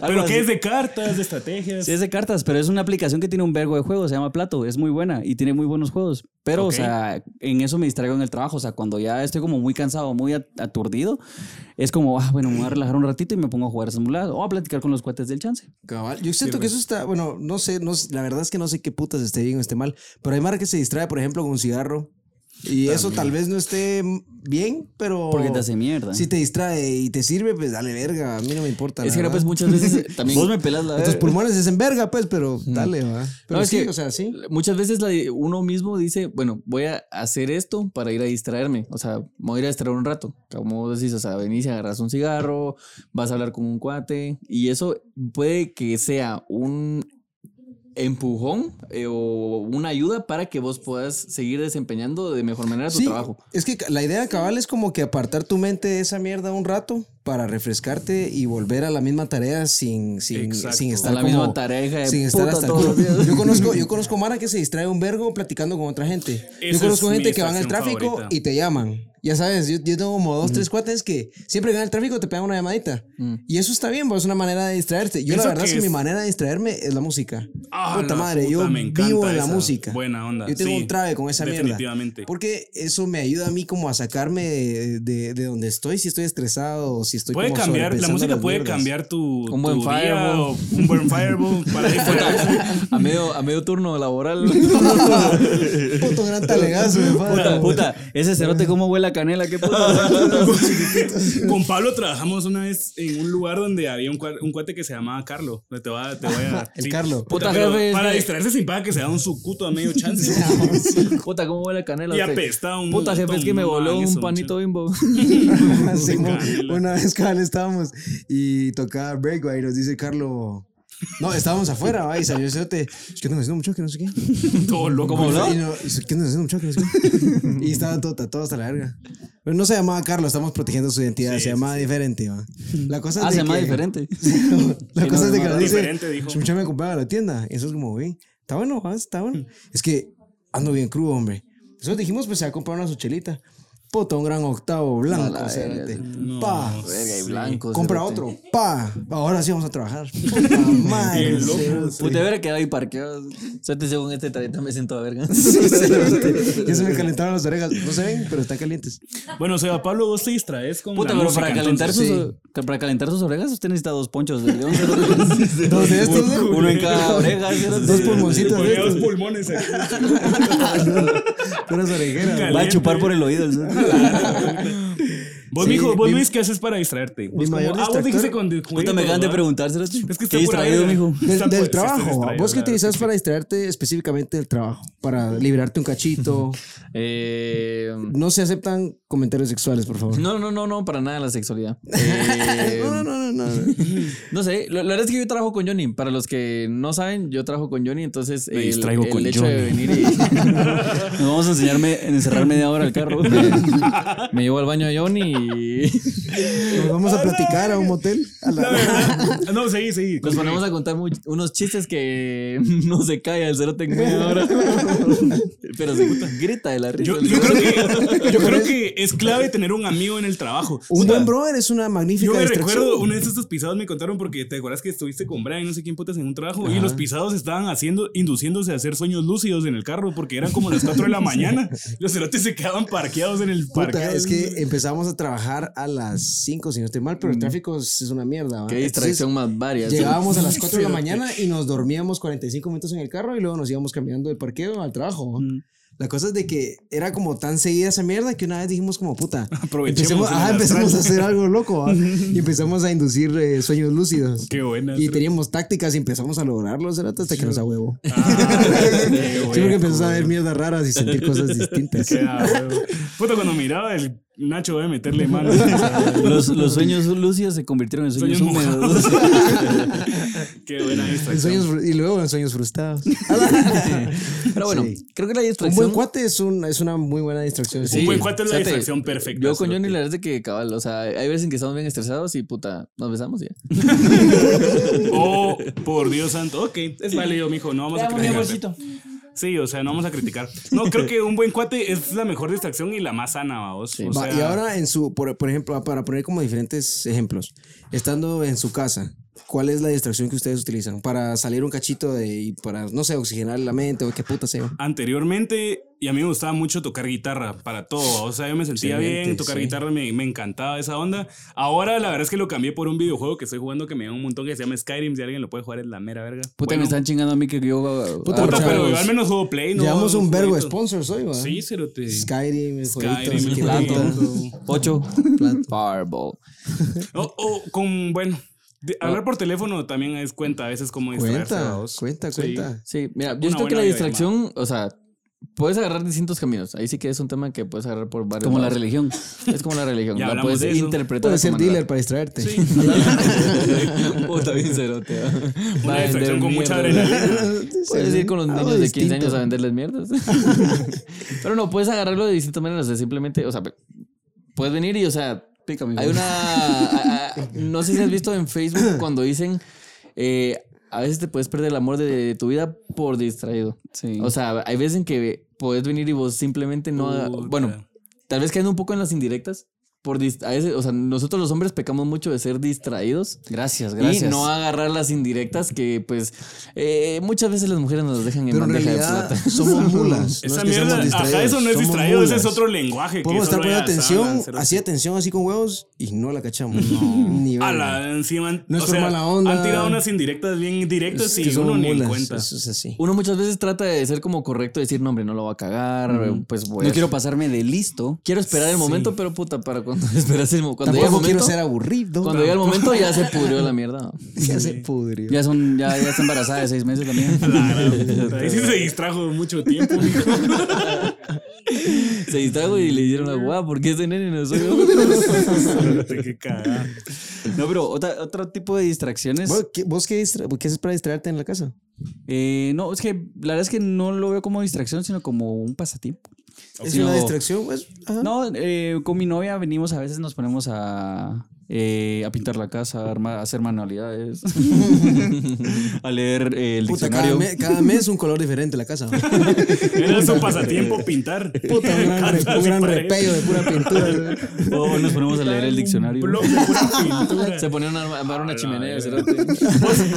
D: Pero que es de cartas, de estrategias.
E: Sí, es de cartas, pero es una aplicación que tiene un vergo de juegos, se llama Plato, es muy buena y tiene muy buenos juegos. Pero,
D: Ok.
E: o sea, en eso me distraigo en el trabajo, o sea, cuando ya estoy como muy cansado, muy at- aturdido, es como, ah, bueno, me voy a relajar un ratito y me pongo a jugar esas muladas o a platicar con los cuates del chance.
B: Cabal. Yo siento
A: pues.
B: que eso está, bueno, no sé, no, sé, la verdad es que no sé qué putas esté bien o esté mal, pero hay mara que se distrae, por ejemplo, con un cigarro. Y eso tal vez no esté bien, pero...
E: Porque
D: Oh.
E: te hace mierda.
B: Si te distrae y te sirve, pues dale verga, a mí no me importa.
A: es
B: la
A: que no,
B: verdad.
A: pues muchas veces también.
E: Vos me pelas la
B: Tus pulmones dicen verga, pues, pero dale, va. Pero
A: No, es
B: sí,
A: que-
B: o sea, sí.
A: Muchas veces la- uno mismo dice, bueno, voy a hacer esto para ir a distraerme. O sea, me voy a ir a distraer un rato. Como vos decís, o sea, venís y agarras un cigarro, vas a hablar con un cuate. Y eso puede que sea un empujón eh, o una ayuda para que vos puedas seguir desempeñando de mejor manera tu
B: Sí,
A: trabajo.
B: Es que la idea cabal es como que apartar tu mente de esa mierda un rato para refrescarte y volver a la misma tarea sin, sin,
D: Exacto.
B: sin estar
A: A la
B: como-
A: misma tarea, hija de
B: sin estar
A: puta,
B: hasta el
A: todos los
B: culo.
A: días.
B: Yo conozco, yo conozco Mara que se distrae un vergo platicando con otra gente.
D: Esa
B: yo conozco
D: es mi
B: gente que va en el
D: distracción
B: tráfico
D: favorita.
B: y te llaman. Ya sabes, yo, yo tengo como dos, tres cuates que siempre que van en el tráfico te pegan una llamadita. Y eso está bien, pero es una manera de distraerte. Yo la
D: Pienso
B: verdad
D: que
B: es que mi
D: es-
B: manera de distraerme es la música.
D: Ah,
B: puta
D: la
B: madre,
D: puta,
B: yo
D: me encanta
B: vivo en la
D: esa.
B: música.
D: Buena onda,
B: Yo tengo
D: sí,
B: un trabe con esa mierda.
D: definitivamente.
B: Porque eso me ayuda a mí como a sacarme de, de- de donde estoy, si estoy estresado, si estoy
D: Puede
B: como
D: cambiar, la
B: sobrepensando
D: música
B: las
D: puede
B: mierdas.
D: cambiar tu,
A: Un buen
D: tu día
A: fireball.
D: o un buen fireball para distraerse.
A: a, medio, a medio turno laboral.
B: Puto gran talegazo, me
E: Puta,
B: falta.
E: puta, ese cerote cómo huele a canela, qué puta.
D: Con Pablo trabajamos una vez en un lugar donde había un, cua- un cuate que se llamaba Carlo. Te voy a. Te voy a
B: El Carlo.
A: Puta,
D: pero
A: jefe,
D: Para
A: este-
D: distraerse sin paga que se da un sucuto a medio chance.
A: Puta, cómo huele a canela.
D: Y
A: usted?
D: apesta un
A: Puta, jefe, es que
D: montón,
A: me
D: no
A: voló
D: hagan
A: un
D: eso,
A: panito bimbo.
B: Simón,
D: Canela.
B: una vez cabal estábamos y tocaba Breakaway y nos dice Carlo. No, estábamos afuera, va, y salió el cerote. Es que andan haciendo mucho que no sé qué.
D: Todo loco.
B: Y no, es que andan haciendo mucho que no sé qué. Y estaba todo tatuado hasta la verga. Pero no se llamaba Carlo, estamos protegiendo su identidad. se llamaba diferente, va. La cosa es
E: Ah,
B: de
E: se llama
B: que-
E: diferente.
B: La
E: Sí,
B: cosa
E: no,
B: es de
E: no,
B: que nos dice,
D: Diferente, dijo.
B: "Chucha, me compraba a la tienda. Eso es como, güey, está bueno, ah, está bueno. Es que ando bien crudo, hombre. Nosotros dijimos, pues se va a comprar una su chelita. Puta, un gran octavo blanco.
A: A la
B: cerote.
A: verga.
D: No,
B: Pa.
A: Verga, y
D: sí.
A: blanco.
B: Compra
A: cerote.
B: otro. Pa. Ahora sí vamos a trabajar. Puta madre,
D: El loco.
B: cerote.
A: Puta, verga, quedado ahí parqueado. Suerte, según este tarjeta me siento a verga.
B: Sí, cerote. Ya se me calentaron las orejas. No se ven, pero están calientes.
D: Bueno, Seba Pablo, vos te distraes con.
A: Puta,
D: la
A: pero
D: música,
A: para calentar,
D: entonces.
A: sus, para calentar sus orejas, usted necesita dos ponchos de león. cerote.
B: Dos de estos, ¿no?
A: Uno en cada oreja. cerote.
B: Dos pulmoncitos de
D: Ponía dos
B: estos.
D: pulmones. aquí.
B: Puras orejeras.
A: Va a chupar por el oído. el cerote.
D: Vos,
B: Sí,
D: mijo, vos,
B: mi-
D: Luis, ¿qué haces para distraerte? Vos
B: mayor
D: ah, vos
B: distractor-
D: dijiste con. con-
A: Puta, me acaban de
D: ¿verdad?
A: preguntar, cerote.
D: Es que
A: Qué
D: está pura
A: distraído,
D: verga.
A: mijo.
B: Del, del
D: Está, pues, sí, está
B: trabajo.
D: distraído,
B: ¿Vos qué
D: claro.
B: utilizas para distraerte específicamente del trabajo? Para liberarte un cachito.
A: Eh,
B: No se aceptan comentarios sexuales, por favor.
A: No, no, no, no, para nada la sexualidad. Eh,
B: No, no, no, no.
A: No sé, la, la verdad es que yo trabajo con Johnny. Para los que no saben, yo trabajo con Johnny, entonces
D: Me distraigo
A: el
D: con
A: hecho de
D: Johnny.
A: venir y
E: Nos vamos a enseñarme, encerrar media hora al carro.
A: me llevo al baño a Johnny y
B: Nos vamos a platicar a un motel. A la-
D: Ah, La Ah, verdad. No, seguí, seguí.
A: nos ponemos a contar mu- unos chistes que no se cae al cerote en media hora. Pero se puta, grita de la risa.
D: Yo, yo creo que, yo creo que es clave tener un amigo en el trabajo.
B: Un
D: Puta,
B: buen brother es una magnífica
D: Yo me
B: distracción.
D: recuerdo, una de estos pisados me contaron porque te acuerdas que estuviste con Brian, no sé quién putas en un trabajo, y los pisados estaban haciendo, induciéndose a hacer sueños lúcidos en el carro porque eran como las 4 de la mañana. Los cerotes se quedaban parqueados en el
B: Puta,
D: parque.
B: es que empezamos a trabajar a las 5, si no estoy mal, pero
D: Mm.
B: el tráfico es es una mierda. ¿va?
A: Qué
B: Entonces,
A: distracción más varias.
B: Llegábamos a las 4 de la mañana y nos dormíamos 45 minutos en el carro y luego nos íbamos caminando del parqueo al trabajo. ¿va?
D: Mm.
B: La cosa es de que era como tan seguida esa mierda que una vez dijimos como puta,
D: Aprovechemos
B: empecemos,
D: el
B: ajá,
D: astral.
B: empecemos a hacer algo loco ¿va? y empezamos a inducir eh, sueños lúcidos.
D: Qué buena.
B: Y teníamos tácticas y empezamos a lograrlo cerote, hasta que nos a huevo.
D: Ah, qué
B: Siempre que
D: buena.
B: empezás a ver mierdas raras y sentir cosas distintas.
D: Queda, huevo. Puta, cuando miraba el Nacho de meterle mano. o sea,
E: Los, los sueños lúcidos se convirtieron en sueños,
D: Sueños
E: húmedos.
D: Qué buena
B: En
D: distracción.
B: sueños fru- y luego en sueños frustrados.
A: Pero bueno,
B: Sí.
A: creo que la
B: Un
A: distracción.
B: buen cuate es, un- es una muy buena distracción.
D: Un
A: Sí.
D: buen cuate es la
A: Fíjate,
D: distracción perfecta.
A: Yo con
D: cerote.
A: Johnny la verdad es que cabal, o sea, hay veces en que estamos bien estresados y puta, nos besamos y ya.
D: Oh, por Dios santo. Ok, es válido, mijo. No vamos a criticar. Sí, o sea, no vamos a criticar. No, creo que un buen cuate es la mejor distracción y la más sana, vamos. O
B: Va,
D: sea,
B: y ahora en su, por, por ejemplo, ah, para poner como diferentes ejemplos, estando en su casa, ¿cuál es la distracción que ustedes utilizan para salir un cachito de, y para, no sé, oxigenar la mente o qué puta sea?
D: Anteriormente, y a mí me gustaba mucho tocar guitarra para todo. O sea, yo me sentía
B: Excelente,
D: bien, tocar
B: sí.
D: guitarra me, me encantaba esa onda. Ahora, la verdad es que lo cambié por un videojuego que estoy jugando que me da un montón que se llama Skyrim. Si alguien lo puede jugar, es la mera verga.
E: Puta,
D: Bueno,
E: me están chingando a mí que yo. ah,
B: Puta,
D: puta,
B: chavos.
D: pero yo al menos juego Play. ¿no?
B: Llevamos un vergo de
D: jueguito.
B: sponsors hoy, ¿va?
D: Sí, cerote.
B: Skyrim, el jueguito,
D: Skyrim,
B: no sé
D: el
B: qué
D: jueguito.
B: tanto.
E: Ocho.
A: Fireball.
D: O, o con, bueno, de-
E: Ah.
D: hablar por teléfono también es cuenta a veces como distraerse.
B: Cuenta,
D: vamos.
B: cuenta,
D: Sí.
B: cuenta.
A: Sí, mira, yo
D: Una
A: siento que
D: buena
A: la
D: idea,
A: distracción, o sea, puedes agarrar distintos caminos. Ahí sí que es un tema que puedes agarrar por varios.
E: Como la
A: lados.
E: religión.
A: Es como la religión.
D: Ya
A: la
D: hablamos
A: puedes
D: de eso.
A: interpretar.
B: Puedes
A: de
B: ser
A: tu manera.
B: dealer para distraerte.
D: Sí.
A: Puta, bien cerote. ¿eh? Va
D: Una
A: a
D: distracción
A: vender
D: con mucha
A: mierda.
D: adrenalina.
A: Puedes ir con los
B: Algo
A: niños de 15
B: distinto.
A: años a venderles mierdas. Pero no, puedes agarrarlo de distintas maneras. O sea, simplemente, o sea, puedes venir y, o sea,
E: Pica,
A: Hay una. a- a- no sé si has visto en Facebook cuando dicen. eh, a veces te puedes perder el amor de tu vida por distraído.
E: Sí.
A: O sea, hay veces en que puedes venir y vos simplemente no. haga-
D: Puta.
A: Bueno, tal vez cayendo un poco en las indirectas. Por dis- a veces, o sea, nosotros los hombres pecamos mucho de ser distraídos
E: gracias,
A: y
E: gracias.
A: no agarrar las indirectas que, pues, eh, muchas veces las mujeres nos dejan en
B: Pero en
A: bandeja de
B: realidad
A: plata.
B: somos mulas. no
D: Esa
B: es que seamos
D: mierda, ajá,
B: distraídos,
D: eso no es
B: somos
D: distraído, ese
B: mulas.
D: es otro lenguaje. que
B: Podemos estar
D: solo
B: poniendo
D: ellas
B: atención,
D: hablan, cerote.
B: así atención, así con huevos, y no la cachamos. Ni
D: A
B: verga.
D: la encima. han-
B: No es
D: o
B: por
D: sea,
B: mala onda.
D: Han tirado unas indirectas bien directas
B: Es que
D: y
B: somos
D: uno ni en
B: mulas,
D: cuenta.
B: Eso es así.
A: Uno muchas veces trata de ser como correcto, decir, no, hombre, no lo va a cagar, pues voy
E: no
A: a-
E: quiero pasarme de listo.
A: Quiero esperar el momento, pero puta, para cuando esperas el mo- cuando llega el
B: Tampoco quiero
A: momento.
B: ser aburrido.
A: Cuando llega el momento ya se pudrió la mierda.
B: ya se pudrió.
E: Ya son, ya, ya está embarazada de seis meses también.
D: A la gran puta. Ahí sí se distrajo mucho tiempo. mijo.
A: Se distrajo y le hicieron la guau, ¿por qué ese nene no soy yo?
D: Cerote, Qué cagada.
E: No, pero otra- otro tipo de distracciones.
B: ¿Vos qué, vos qué distra- qué haces para distraerte en la casa?
E: Eh, no, es que la verdad es que no lo veo como distracción, sino como un pasatiempo.
B: ¿Es
E: Sí,
B: una
E: no.
B: distracción? Pues, ajá.
E: No, eh, con mi novia venimos a veces, nos ponemos a, eh, a pintar la casa, a arma- a hacer manualidades, a leer eh, el
B: Puta, cada,
E: diccionario.
B: me- cada mes un color diferente la casa. Puta,
D: Era su pasatiempo pintar.
B: un gran, re-
D: Casas
B: un
D: y
B: gran
D: paredes.
B: repello de pura pintura.
E: O nos ponemos a leer el diccionario.
D: Un bloque de pura pintura.
A: Se ponía una, a armar
D: A
A: una
D: la
A: chimenea.
D: verga.
A: cerote.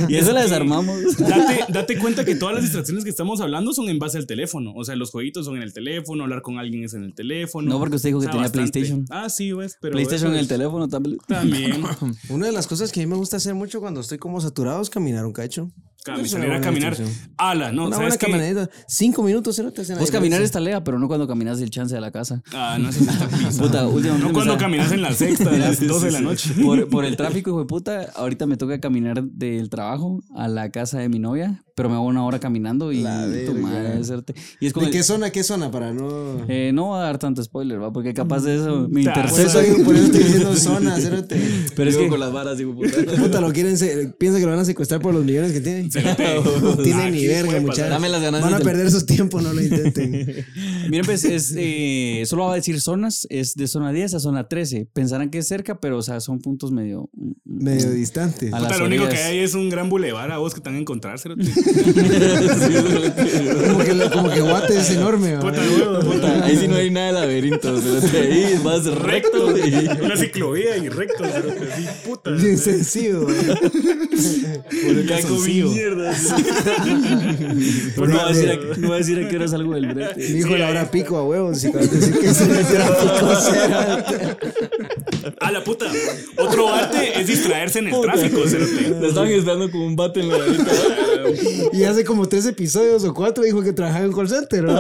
E: Y eso la desarmamos.
D: Date, date cuenta que todas las distracciones que estamos hablando son en base al teléfono. O sea, los jueguitos son en el teléfono, hablar con alguien es en el teléfono.
E: No, porque usted dijo que tenía PlayStation.
D: Ah, sí, ves, pero.
E: PlayStation en
D: eso
E: el
D: es-
E: teléfono también.
D: También.
B: Una de las cosas que a mí me gusta hacer mucho cuando estoy como saturado es caminar un cacho.
D: Cam-
B: Es una
D: Salir a
B: buena
D: caminar.
B: distracción.
D: Ala, no,
B: una buena
D: ¿sabes qué?
B: caminadita. Cinco minutos, ¿no? Te hacen la
E: Vos caminar es
B: diferencia.
E: tarea, pero no cuando caminas el chance de la casa.
D: Ah, no, eso sí está pisado.
E: Puta, últimamente
D: No
E: me
D: cuando
E: sa-
D: caminas en la sexta, a las
E: Sí,
D: 2
E: sí,
D: de la
E: sí.
D: noche.
E: Por, por el tráfico, hijo de puta, ahorita me toca caminar del trabajo a la casa de mi novia, pero me hago una hora caminando y
B: La
E: tu
B: verga.
E: madre, hacerte- Y es como.
B: ¿De qué zona, qué zona? Para no...
E: eh, no voy a dar tanto spoiler, ¿va? Porque capaz de eso me
D: Ta,
B: Por eso,
E: intercepto.
B: digo, por eso estoy diciendo zona, cerote.
E: Pero es
A: Digo,
E: que.
A: con las varas, digo, puta.
B: Puta, lo quieren, se- piensa que lo van a secuestrar por los millones que tienen. No tienen ni
D: Aquí
B: verga,
D: puede pasar.
B: muchachos.
A: Dame las ganancias
B: Van a
A: del-
B: perder sus tiempos, no lo intenten.
E: Miren, pues es. eh, solo va a decir zonas, es de zona 10 a zona 13. Pensarán que es cerca, pero o sea, son puntos medio. mm,
B: Medio distante.
E: A
D: Puta,
E: las
D: lo único que
E: orillas.
D: hay es un gran bulevar a vos que están a encontrar, cerote.
B: Como que, lo- como que Guate es enorme. ¿va?
D: Puta, huevo, puta.
A: Puta, Ahí sí no hay nada de laberinto. cerote. Ahí vas recto.
D: Recto,
A: y-
D: una ciclovía y recto, cerote. así, puta.
B: Bien sencillo. güey.
D: Por el calzoncillo.
E: Pero Pues no, va a decir
B: Bueno,
E: a, no va a decir a qué hora salgo del brete.
B: Mi hijo
D: Sí,
B: la
D: ahí.
B: hora pico a huevos. Y cuando decir que se metiera a pico, será-
D: A la puta. Otro arte es distraerse en el tráfico, cerote.
A: Lo estaban esperando con un bate en la garita.
B: Y hace como tres episodios o cuatro dijo que trabajaba en un call center. ¿no?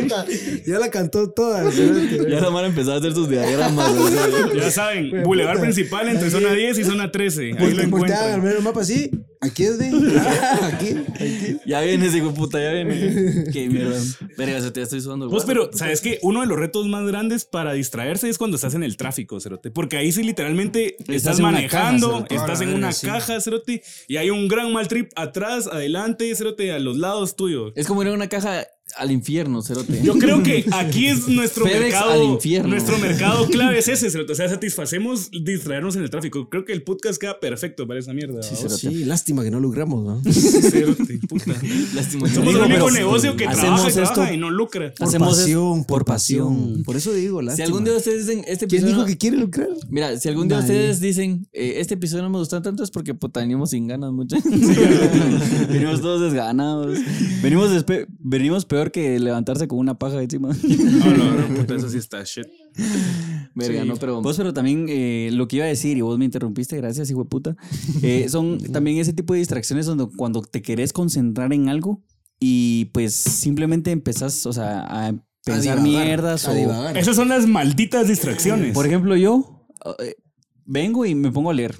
B: Puta, ya la cantó toda. cerote.
A: Ya la mano empezó a hacer sus diagramas. o sea,
D: Ya saben, bulevar principal entre zona 10 y zona 13. Ahí lo
B: Porque volteaba al
D: encuentran.
B: Pues, ver el mapa así. Aquí es de. Aquí. aquí.
A: Ya viene ese hijo de puta, ya viene. Qué mierda. Verga, se te estoy sudando. el
D: Vos,
A: guaro.
D: Pues, pero, ¿sabes qué? Uno de los retos más grandes para distraerse es cuando estás en el tráfico, Cerote. Porque ahí sí literalmente estás,
E: en una
D: manejando,
E: caja, Cerote.
D: estás en
B: Ah,
D: una
B: sí.
D: caja, Cerote, y hay un gran mal trip atrás, adelante, Cerote, a los lados tuyos.
A: Es como ir a una caja al infierno, cerote.
D: Yo creo que aquí es nuestro
A: FedEx
D: mercado.
A: al infierno.
D: Nuestro mercado clave es ese, Cerote. O sea, satisfacemos distraernos en el tráfico. Creo que el podcast queda perfecto para esa mierda. ¿va?
B: Sí, lástima que no logramos, ¿no?
D: Cerote, puta.
A: Lástima.
D: Somos
E: Digo,
D: el único
E: pero
D: negocio que
E: hacemos
D: trabaja y
E: esto
D: trabaja y no lucra.
B: Por
E: Hacemos es-
B: pasión, por
E: por pasión.
B: pasión. Por eso digo, lástima.
A: Si algún día ustedes dicen este
B: ¿Quién
A: episodio.
B: dijo que quiere lucrar?
A: Mira, si algún día
B: Nadie.
A: ustedes dicen eh, este episodio no me gustó tanto es porque puta, venimos sin ganas muchas.
E: Venimos todos desganados. Venimos, despe- venimos peor que levantarse con una paja encima.
D: No, Ah, no, no, puta, eso sí está shit.
A: Verga, no, pero
D: Pues,
E: Vos, pero también eh, lo que iba a decir, y vos me interrumpiste, gracias, hijo de puta. eh, son también ese tipo de distracciones donde cuando te querés concentrar en algo y pues simplemente empezás, o sea, a pensar
B: A divagar,
E: mierdas
B: a
E: o-
B: divagar.
D: Esas son las malditas distracciones.
E: Por ejemplo, yo eh, vengo y me pongo a leer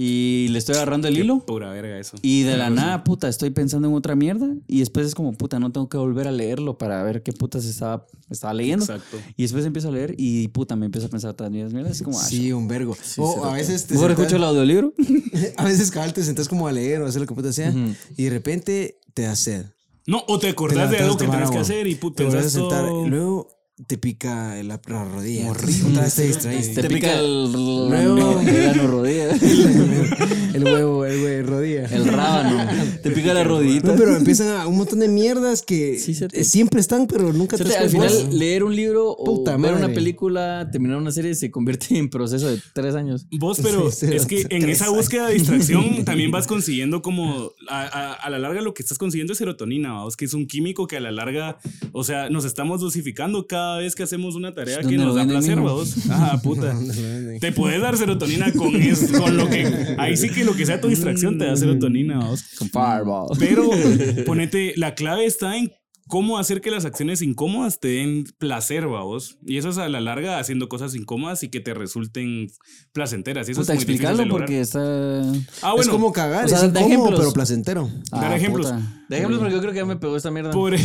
E: y le estoy agarrando el
D: Qué
E: hilo.
D: Pura verga eso.
E: Y de la nada, puta, estoy pensando en otra mierda. Y después es como, puta, no tengo que volver a leerlo para ver qué putas estaba, estaba leyendo.
D: Exacto.
E: Y después empiezo a leer y, puta, me empiezo a pensar otras mierdas. mierdas. Es como, ah,
B: Sí, un vergo. o a veces te
E: mejor
B: sentás-
E: escucho el audiolibro.
B: a veces cabal te sentás como a leer o a hacer lo que puta sea y de repente te da sed.
D: No, o te
B: Te
D: acordás de
B: levantás
D: algo
B: a
D: que
B: tomar
D: tenés que
B: agua.
D: hacer y puta,
B: te vas a
D: pensás
B: sentar.
D: todo.
B: Luego te pica la, la rodilla. Horrible. Te distraíste.
A: te pica el,
B: Luego-
E: Ya no rodea.
B: el huevo, el güey, rodilla.
A: el rábano.
E: Te pica la
B: No,
E: rodillita.
B: pero empiezan a un montón de mierdas que
A: Sí, cierto.
B: eh, siempre están, pero nunca
A: Cerote,
B: te
A: al
B: das
A: final,
B: cuenta.
A: leer un libro o
B: Puta
A: ver
B: madre.
A: una película, terminar una serie, se convierte en proceso de tres años.
D: Vos, pero
B: Sí, sí,
D: es que en
B: tres
D: esa
B: años.
D: búsqueda de distracción también vas consiguiendo como a, a- a la larga lo que estás consiguiendo es serotonina, vamos, que es un químico que a la larga, o sea, nos estamos dosificando cada vez que hacemos una tarea que
E: ¿Dónde
D: nos
E: lo
D: da
E: venden,
D: placer,
E: mijo?
D: vamos. Ah, puta. Te puedes dar serotonina con es- con lo que ahí sí que lo que sea tu distracción te da serotonina, vamos.
A: Con Fireball.
D: Pero ponete, la clave está en cómo hacer que las acciones incómodas te den placer, vos. Y eso es a la larga haciendo cosas incómodas y que te resulten placenteras. Y eso
A: Pues,
D: es
E: Puta,
D: muy difícil de
E: explicarlo
D: lograr.
E: porque está...
D: Ah, bueno.
B: es como cagar,
E: o sea,
B: es
E: da
B: incómodo,
E: ejemplos.
B: pero placentero.
D: Dar ejemplos.
E: Ah, puta.
A: Déjenme porque yo creo que ya me pegó esta mierda.
D: Pobre.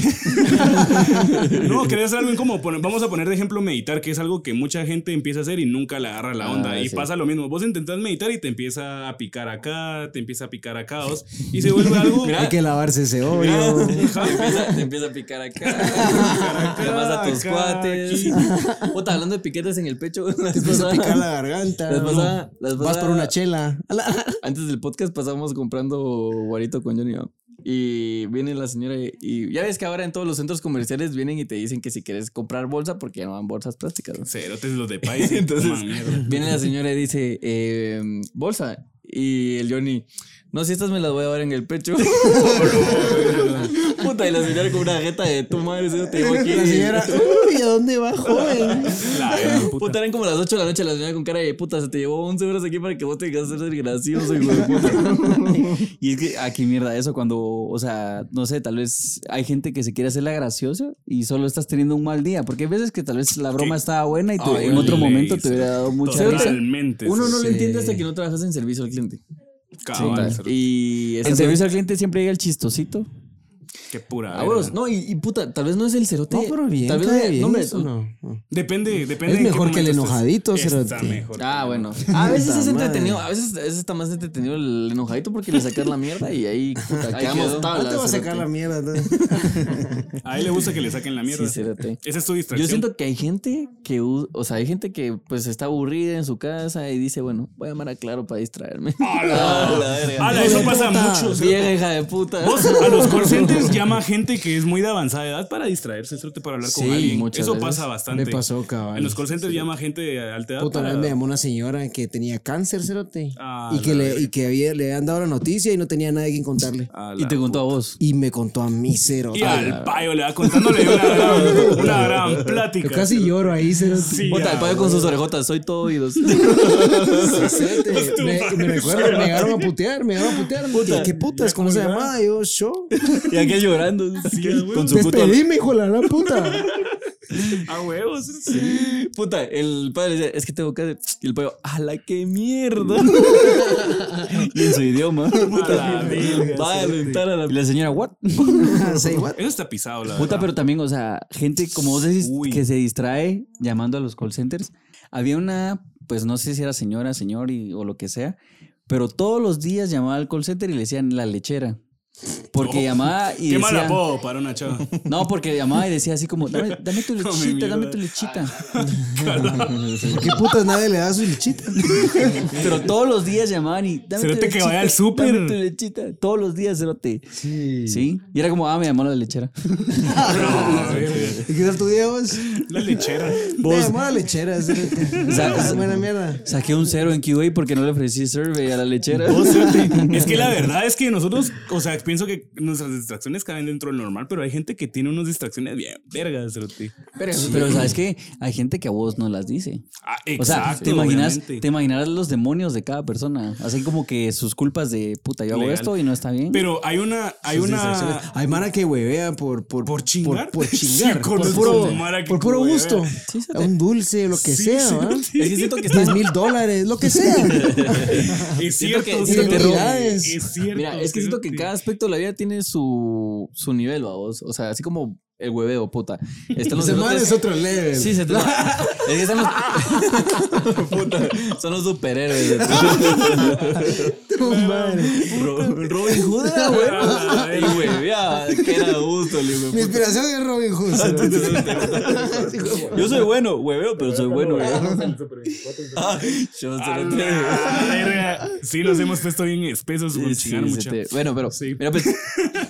D: no, quería hacer algo incómodo. Pon- Vamos a poner de ejemplo meditar, que es algo que mucha gente empieza a hacer y nunca le agarra la
A: Ah,
D: onda. y
A: sí.
D: pasa lo mismo. Vos intentás meditar y te empieza a picar acá, te empieza a picar acá, os, y se vuelve algo.
B: Hay que lavarse ese
A: Ah,
B: hoyo.
A: te, empieza, te empieza a picar acá. Llamas a tus
D: acá,
A: cuates. Puta, hablando de piquetes en el pecho. Las
B: Empieza a picar
A: pasaba,
B: la garganta.
A: las pasaba- las
B: Vas por
A: pasaba-
B: una chela.
A: Antes del podcast pasábamos comprando guarito con Johnny. ¿no? Y viene la señora y, y ya ves que ahora en todos los centros comerciales vienen y te dicen que si quieres comprar bolsa porque ya no van bolsas plásticas. ¿no?
D: Cerotes los de país.
A: Entonces-
D: Entonces, mierda.
A: Viene la señora y dice, eh, bolsa. Y el Johnny, no, si estas me las voy a dar en el pecho. Puta, y la señora con una jeta de tu madre, si no te digo aquí.
B: La señora, uy, ¿a dónde va, joven?
D: La gran
A: Puta.
D: puta.
A: eran como las 8 de la noche, la señora con cara de puta, se te llevó 11 horas aquí para que vos te digas ser desgracioso, hijo de puta.
E: Y es que, ah, qué mierda eso, cuando, o sea, no sé, tal vez hay gente que se quiere hacer la graciosa y solo estás teniendo un mal día, porque hay veces que tal vez la broma
D: ¿Qué?
E: estaba buena y te-
A: Ay,
E: en otro
D: ley,
E: momento te
D: sí.
E: hubiera dado mucha risa.
D: Totalmente.
A: Uno no
D: cerotes.
A: lo entiende hasta que no trabajas en servicio al cliente.
D: Cabal,
A: Puta,
D: cerotes.
A: y esa
E: En servicio al cliente siempre llega el chistosito.
D: Qué pura.
A: Ah, huevos,
D: verga.
A: no, y, y puta, tal vez no es el cerote.
B: No, pero bien,
A: tal vez
B: cae
A: no-
B: bien,
A: no, hombre,
B: eso no.
D: Depende, depende.
B: Es
D: en qué
B: mejor que el
D: momento estés.
B: enojadito,
D: Está
B: cerote.
D: mejor.
A: Ah, bueno. A veces
B: Puta
A: es
B: madre.
A: entretenido, a veces, a veces está más entretenido el enojadito porque le sacas la mierda y ahí puta, quedamos
B: No
A: tablas,
B: te va a sacar
A: cerote.
B: la mierda. ¿no?
D: A él le gusta que le saquen la mierda.
A: Sí, cerote.
D: Esa es tu distracción.
A: Yo siento que hay gente que, u- o sea, hay gente que pues está aburrida en su casa y dice, bueno, voy a llamar a Claro para distraerme.
D: Ala, eso pasa mucho. cerote.
A: Vieja hija de puta.
D: Vos a los call centers llama gente que es muy de avanzada edad para distraerse, cerote, para hablar con
A: Sí,
D: alguien.
A: muchas
D: Eso
A: veces.
D: pasa bastante.
B: Me pasó, cabal.
D: En los call centers llama gente de alta edad.
B: Puta, una
D: para-
B: vez me llamó una señora que tenía cáncer, cerote.
D: Ah,
B: y que,
D: la
B: le,
D: verga.
B: y que había- le habían dado la noticia y no tenía nadie quien contarle.
D: A
E: Y
D: la
E: te contó a vos.
B: Y me contó a mí, cerote.
D: Y al payo le va contándole una gran, una gran plática.
B: Yo casi lloro ahí, cerote.
D: Sí,
A: Puta,
D: ya,
A: el payo con sus orejotas, soy todo oídos.
B: Cerote, me, me recuerdo, me llegaron a putear, me llegaron a putear. ¿Qué, qué putas? ¿Cómo se
D: colgaba.
B: llamaba? Yo, yo.
A: y aquel llorando. con su puta.
B: Despedime, hijo de la gran puta.
D: A huevos.
A: Puta, el padre le decía, es que tengo que. Y el payo, a la que mierda.
E: Y en su idioma.
D: A la verga.
A: Va a aventar a la
E: Y la señora, ¿what?
B: Say what?
D: Eso está pisado, la
E: Puta,
D: verdad.
E: pero también, o sea, gente como vos decís
D: Uy.
E: que se distrae llamando a los call centers. Había una, pues no sé si era señora, señor y- o lo que sea, pero todos los días llamaba al call center y le decían la lechera. Porque
D: Oh,
E: llamaba y
D: Qué mal
E: decía,
D: apodo para una chava.
E: no, porque llamaba y decía así como, dame, dame tu
D: Come
E: lechita, dame
D: mierda.
E: tu lechita.
B: ¿Qué putas nadie le da su lichita?
E: Pero todos los días llamaban y dame
D: Cerote que vaya al súper.
E: dame tu lechita. Todos los días, cerote. Sí. Y era como, ah, me llamó la lechera.
B: ¿Y qué tal tu día, vos?
D: La lechera.
B: Te llamó la lechera, cerote.
E: Sa-
B: Buena mierda.
E: saqué un cero en QA porque no le ofrecí survey a la lechera.
D: Vos, cerote, es que la verdad es que nosotros, o sea, pienso que nuestras distracciones caben dentro del normal, pero hay gente que tiene unas distracciones bien vergas, cerote.
E: Pero, pero sabes que hay gente que a vos no las dice.
D: Ah,
E: o sea,
D: exacto,
E: te imaginas,
D: obviamente.
E: te imaginarás los demonios de cada persona. Así como que sus culpas de puta, yo hago
D: Legal.
E: esto y no está bien.
D: Pero hay una, hay una.
B: Hay mara que huevea por, por,
D: Ah. ¿Por chingar?
B: Por, por chingar.
D: Sí,
B: por
D: conozco
B: puro,
D: mara que
B: por puro
D: huevea.
B: gusto.
E: Sí, se te-
B: un dulce, lo que
D: Sí,
B: sea.
D: sí,
B: ¿va?
D: sí.
A: Es que siento que está.
B: 10 mil dólares, lo que sea.
D: Es
A: Siento
D: cierto,
A: que-
D: cerote.
B: identidades.
D: Es cierto.
A: Mira, es que siento que
D: cerote.
A: cada aspecto de la vida tiene su, su nivel, vos. O sea, así como el hueveo, puta. Están los
B: Ese man
A: cerotes-
B: es otro level.
A: Sí, se te... es que están los... Puta, son los superhéroes.
B: Tu madre.
A: Ro- Robin Hood era bueno. Y huevea, que era gusto, le digo,
B: Mi
A: puta.
B: inspiración es Robin Hood. cerote.
A: Yo soy bueno, hueveo, pero soy bueno. hueveo. Ah, yo
D: A
A: se lo
D: la
A: tengo.
D: verga. Sí, nos hemos puesto bien espesos con
A: Sí, sí,
D: chingar
A: se
D: mucho.
A: te- Bueno, pero
D: Sí.
A: mira, pues,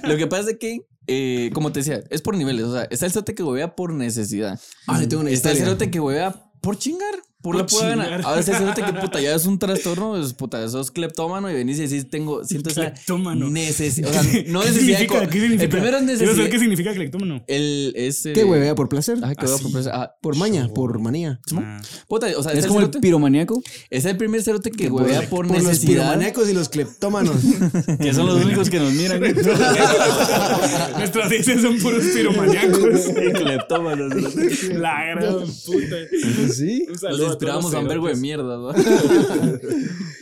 A: lo que pasa es que, eh, como te decía, es por niveles. O sea, está el cerote que huevea por necesidad.
B: Ah, yo tengo una
A: está el
B: historia.
A: cerote que huevea por chingar. Por,
D: Por
A: la pura gana.
D: chingar.
A: Ahora está el cerote que puta, ya es un trastorno, pues puta, sos cleptómano y venís y decís, tengo, siento esa
D: Cleptómano.
A: necesidad. O sea, no
D: ¿Qué
A: necesidad. de
D: significa?
A: co-
D: ¿Qué significa?
A: El primero es
D: Quiero saber
A: necesidad.
D: qué significa clectómano.
A: El, es, eh,
B: ¿Qué huevea? ¿Por placer?
A: Ajá, que huevea por placer. Ajá.
B: Por maña, por manía.
D: Ah.
A: Puta, o sea,
E: es
A: está
E: como el
A: cerote-
E: piromaníaco.
A: es el primer cerote que huevea por,
B: Por los
A: necesidad.
B: piromaníacos y los cleptómanos.
E: Que son los únicos que nos miran.
D: Nuestras dices son puros piromaníacos.
A: Cleptómano, cerote.
D: la gran puta.
B: sí.
D: Un
A: Los
D: saludo
A: inspirábamos a un vergo de mierda, ¿no?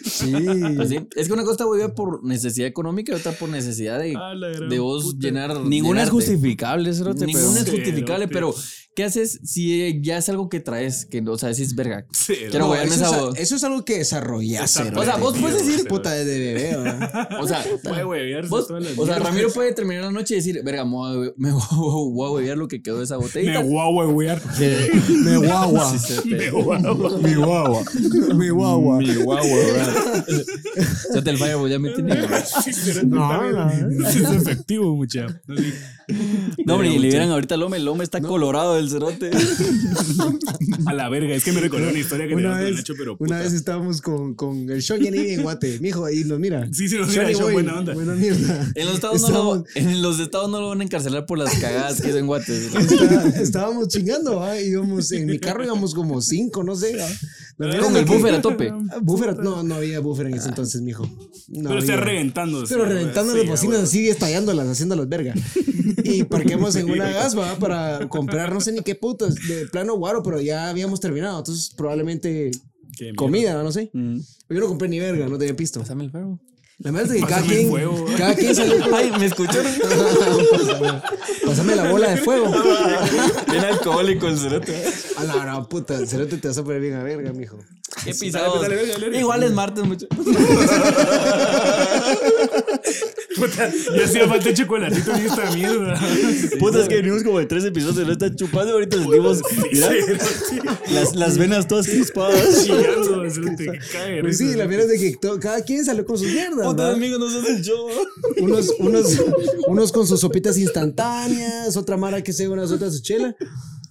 B: Sí.
A: Pues sí, Es que una cosa voy a por necesidad económica y otra por necesidad de,
D: Ah,
A: de vos llenar.
E: Ninguna es
A: llenarte.
E: justificable, cerote, pero-
A: Ninguna es
D: Sí,
A: justificable,
D: no, pues.
A: pero ¿qué haces si eh, ya es algo que traes? Que, o sea, decís, verga. Quiero
B: No,
A: huevarme
B: eso,
A: esa
B: es,
A: voz.
B: eso es algo que desarrollaste.
D: Exacto.
A: O sea,
B: ¿verdad?
A: vos puedes decir,
B: puta desde bebé, ¿verdad?
A: O sea,
D: Puede huevearse
A: vos-
D: Pues, todas las
A: o sea,
D: mierdas.
A: Ramiro puede terminar la noche y decir, verga, me voy a- me voy a beber lo que quedó de esa
D: Me
A: botella.
D: voy a huevear.
B: Me guagua.
D: Me voy a huevear.
B: Mi guagua. Mi guagua.
A: Ya te el firewall ya me tiene.
D: Sí, pero no es efectivo, mucha. Así,
E: No, hombre, y le vieran ahorita al hombre, el hombre está colorado del cerote.
D: A la verga, es que me recordó una historia que
B: Una
D: me
B: vez,
D: han hecho, pero
B: una
D: puta.
B: vez estábamos con, con el Sean y Annie en Guate, mijo, y nos mira.
D: Sí, sí, nos
B: Sean
D: mira,
B: y
D: Sean,
B: Boy,
D: buena onda.
B: Buena mierda.
A: En los, estados no lo, en los estados no lo van a encarcelar por las cagadas que hizo en Guates.
B: Está- estábamos chingando, ¿va? íbamos en mi carro íbamos como cinco, no sé. ¿va? La mierda
A: Con
B: es
A: el
B: que-
A: buffer a tope. Ah.
B: Ah, Buffer, no, no había buffer en ese entonces, mijo. No
D: Pero está
B: había.
D: reventando.
B: Pero
D: sí,
B: reventando
D: sí,
B: las
D: a
B: bocinas
D: huevo.
B: así, estallándolas, haciéndolas verga. Y parqueamos en una gasba para comprar no sé ni qué putas, de plano guaro, pero ya habíamos terminado. Entonces, probablemente
D: Qué
B: comida, no sé. Yo no compré ni verga, no tenía pisto.
A: Mm. Pásame el firewall.
B: La verdad es que cada
D: Pásame el
B: quien,
D: fuego.
B: cada quien salió.
A: Ay, me escucharon.
B: Pásame la bola de fuego.
A: Bien alcohólico el cerote.
B: A la gran puta, el cerote te vas a poner bien a verga, mijo.
A: Qué pisado.
D: dale, dale, dale, dale.
A: Igual es martes, mucho.
D: Puta, ya hacía falta el chocolatito en esta mierda.
E: Puta, es que venimos como de tres episodios y no está chupando. Ahorita sentimos mira, las, las venas todas crispadas.
D: Chillando, cerote, que cae de
B: Pues
D: risa,
B: sí, la
D: cerote.
B: mierda es de que to- cada quien salió con sus mierdas. ¿verdad?
A: amigos, no se el show.
B: unos, unos, unos con sus sopitas instantáneas, otra mara que se una otra su chela.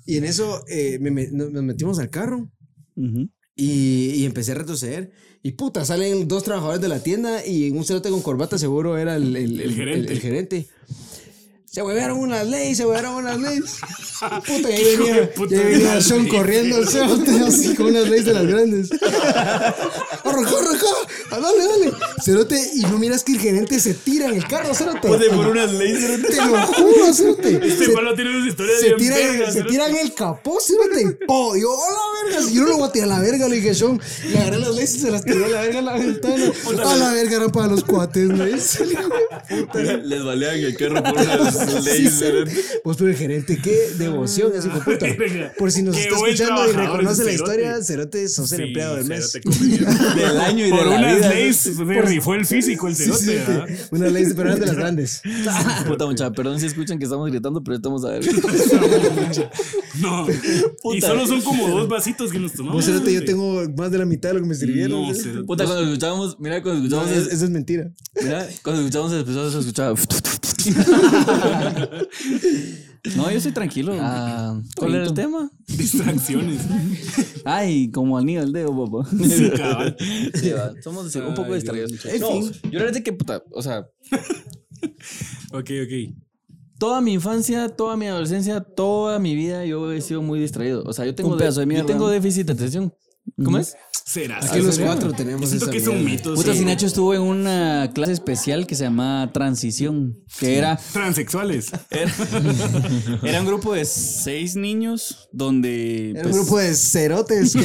B: Y en eso eh, me- me- nos nos metimos al carro y, y empecé a retroceder. Y puta, salen dos trabajadores de la tienda y un cerote con corbata seguro era el, el- el-
D: El gerente.
B: el- el gerente. Se huevearon unas leyes, se huevearon unas leyes. Puta, y ahí venía,
D: puta,
B: y ahí venía
D: unas
B: el Sean
D: leyes.
B: corriendo al cerote así con unas leyes de las grandes. ¡Arrojó, arrojó! ¡Ah, ¡Dale, dale! Cerote, y no miras que el gerente se tira en el carro, cerote.
A: por unas leyes.
B: Te lo juro, cerote.
D: Este palo tiene unas historias
B: Se
D: bien
B: tira,
D: vergas,
B: se
D: cerote.
B: tira en el capó, cerote. Oh, Y po, yo, hola, vergas. Yo no lo voy a tirar a la verga, le dije, Sean. Le agarré las leyes y se las tiré a la verga a la ventana. A la verga era para los cuates, ¿no es?
A: Les balean el carro por unas
B: Sí, cerote. Pues, pero el gerente, qué devoción, ese hijo de puta.
D: Verga.
B: Por si nos
D: Qué
B: está
D: buen
B: escuchando y
D: trabajador
B: reconoce la
D: ese cerote.
B: historia, cerote, sos el
D: Sí,
B: empleado del mes.
D: cerote, come mierda.
A: Del año y
D: Por
A: de la
D: unas
A: vida.
D: leyes se rifó el físico el
B: Sí,
D: cerote. ¿ah?
B: sí,
D: ¿verdad?
B: sí. Una ley de pero eran de las grandes.
A: Puta mucha, perdón si escuchan que estamos gritando, pero estamos a ver.
D: No. Y solo son como dos vasitos que nos tomamos.
B: Vos, cerote, yo
D: güey.
B: tengo más de la mitad de lo que me sirvieron.
D: No,
B: cerote.
D: cerote.
A: Puta, cuando escuchábamos, mira, cuando
B: No,
A: escuchábamos,
B: es- eso es mentira.
A: mira, cuando escuchábamos el episodio se escuchaba.
E: No, yo soy tranquilo.
A: Ah, ¿Cuál era el tema?
D: Distracciones.
E: Ay, como anillo al dedo, papá.
D: Sí, cabal.
A: Sí, va, Somos un poco
D: Ay,
A: distraídos.
D: Dios.
A: No, yo la verdad es que, puta, o sea,
D: Ok, ok.
A: toda mi infancia, toda mi adolescencia, toda mi vida yo he sido muy distraído. O sea, yo tengo,
E: Un pedazo de
A: yo
E: mierda.
A: tengo déficit de atención. ¿Cómo es?
D: Será.
B: Aquí los cuatro tenemos
D: Siento
B: esa
D: que es un
B: mierda.
D: mito.
E: Puta,
D: sí.
E: si Nacho estuvo en una clase especial que se llamaba Transición, que era
D: Transexuales.
E: Era, era un grupo de seis niños donde.
B: Era
E: pues,
B: un grupo de cerotes que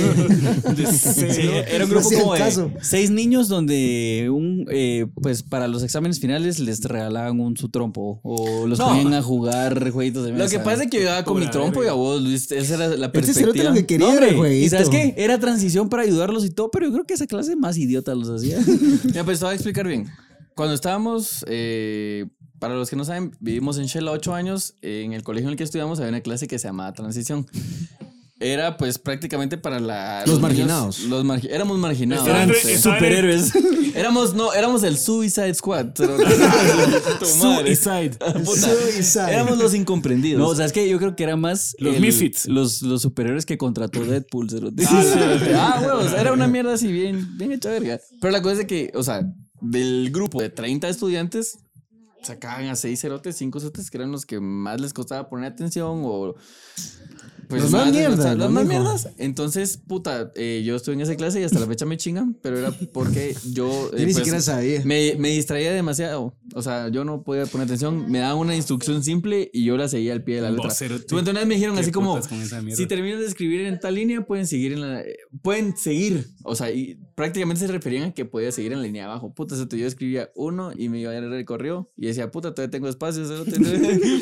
E: sí, era un
B: no
E: grupo
B: hacían
E: como de
B: caso.
E: seis niños donde un eh, pues para los exámenes finales les regalaban un su trompo o los
A: No.
E: ponían a jugar jueguitos de mesa.
A: Lo que pasa es que yo iba con mi
D: Pura
A: trompo y
D: verga.
A: a vos, Luis. Esa era la
B: Este
A: perspectiva.
B: cerote lo que quería era el
E: hombre, y
B: jueguito.
E: sabes qué, era transición para ayudarlos y todo, pero yo creo que esa clase más idiota los hacía.
A: Ya, pues te voy a explicar bien. Cuando estábamos, eh, para los que no saben, vivimos en Shela ocho años. En el colegio en el que estudiamos había una clase que se llamaba Transición. Era pues prácticamente para la,
B: Los
A: niños-
B: marginados.
A: los margi- éramos marginados.
D: Estaban re-
A: Sí.
D: estaban en-
A: éramos, no, éramos el Suicide Squad. pero- Tu madre.
D: Suicide.
A: Puta.
B: Suicide.
A: Éramos los incomprendidos.
E: No, o sea, es que yo creo que era más
D: Los Misfits.
E: los, los superiores que contrató Deadpool. se lo digo.
A: Ah, huevos, era una mierda así bien, bien hecha verga. Pero la cosa es de que, o sea, del grupo de 30 estudiantes, sacaban a 6 cerotes, 5 cerotes, que eran los que más les costaba poner atención o pues,
B: Los más mierdas,
A: los- Los
B: los
A: más
B: mijo.
A: mierdas. Entonces, puta, eh, yo estuve en esa clase y hasta la fecha me chingan, pero era porque yo. eh,
B: Yo ni
A: pues,
B: siquiera sabía.
A: me, me distraía demasiado. O sea, yo no podía poner atención. Me daban una instrucción simple y yo la seguía al pie de la letra.
D: Vos, cerote.
A: Tú entonces me dijeron
D: ¿Qué
A: así como:
D: putas con esa mierda?
A: si terminan de escribir en tal línea, pueden seguir en la. eh, Pueden seguir. O sea, y prácticamente se referían a que podía seguir en la línea abajo. Puta, cerote, yo escribía uno y me iba a recorrió y decía, puta, todavía tengo espacio. cerote".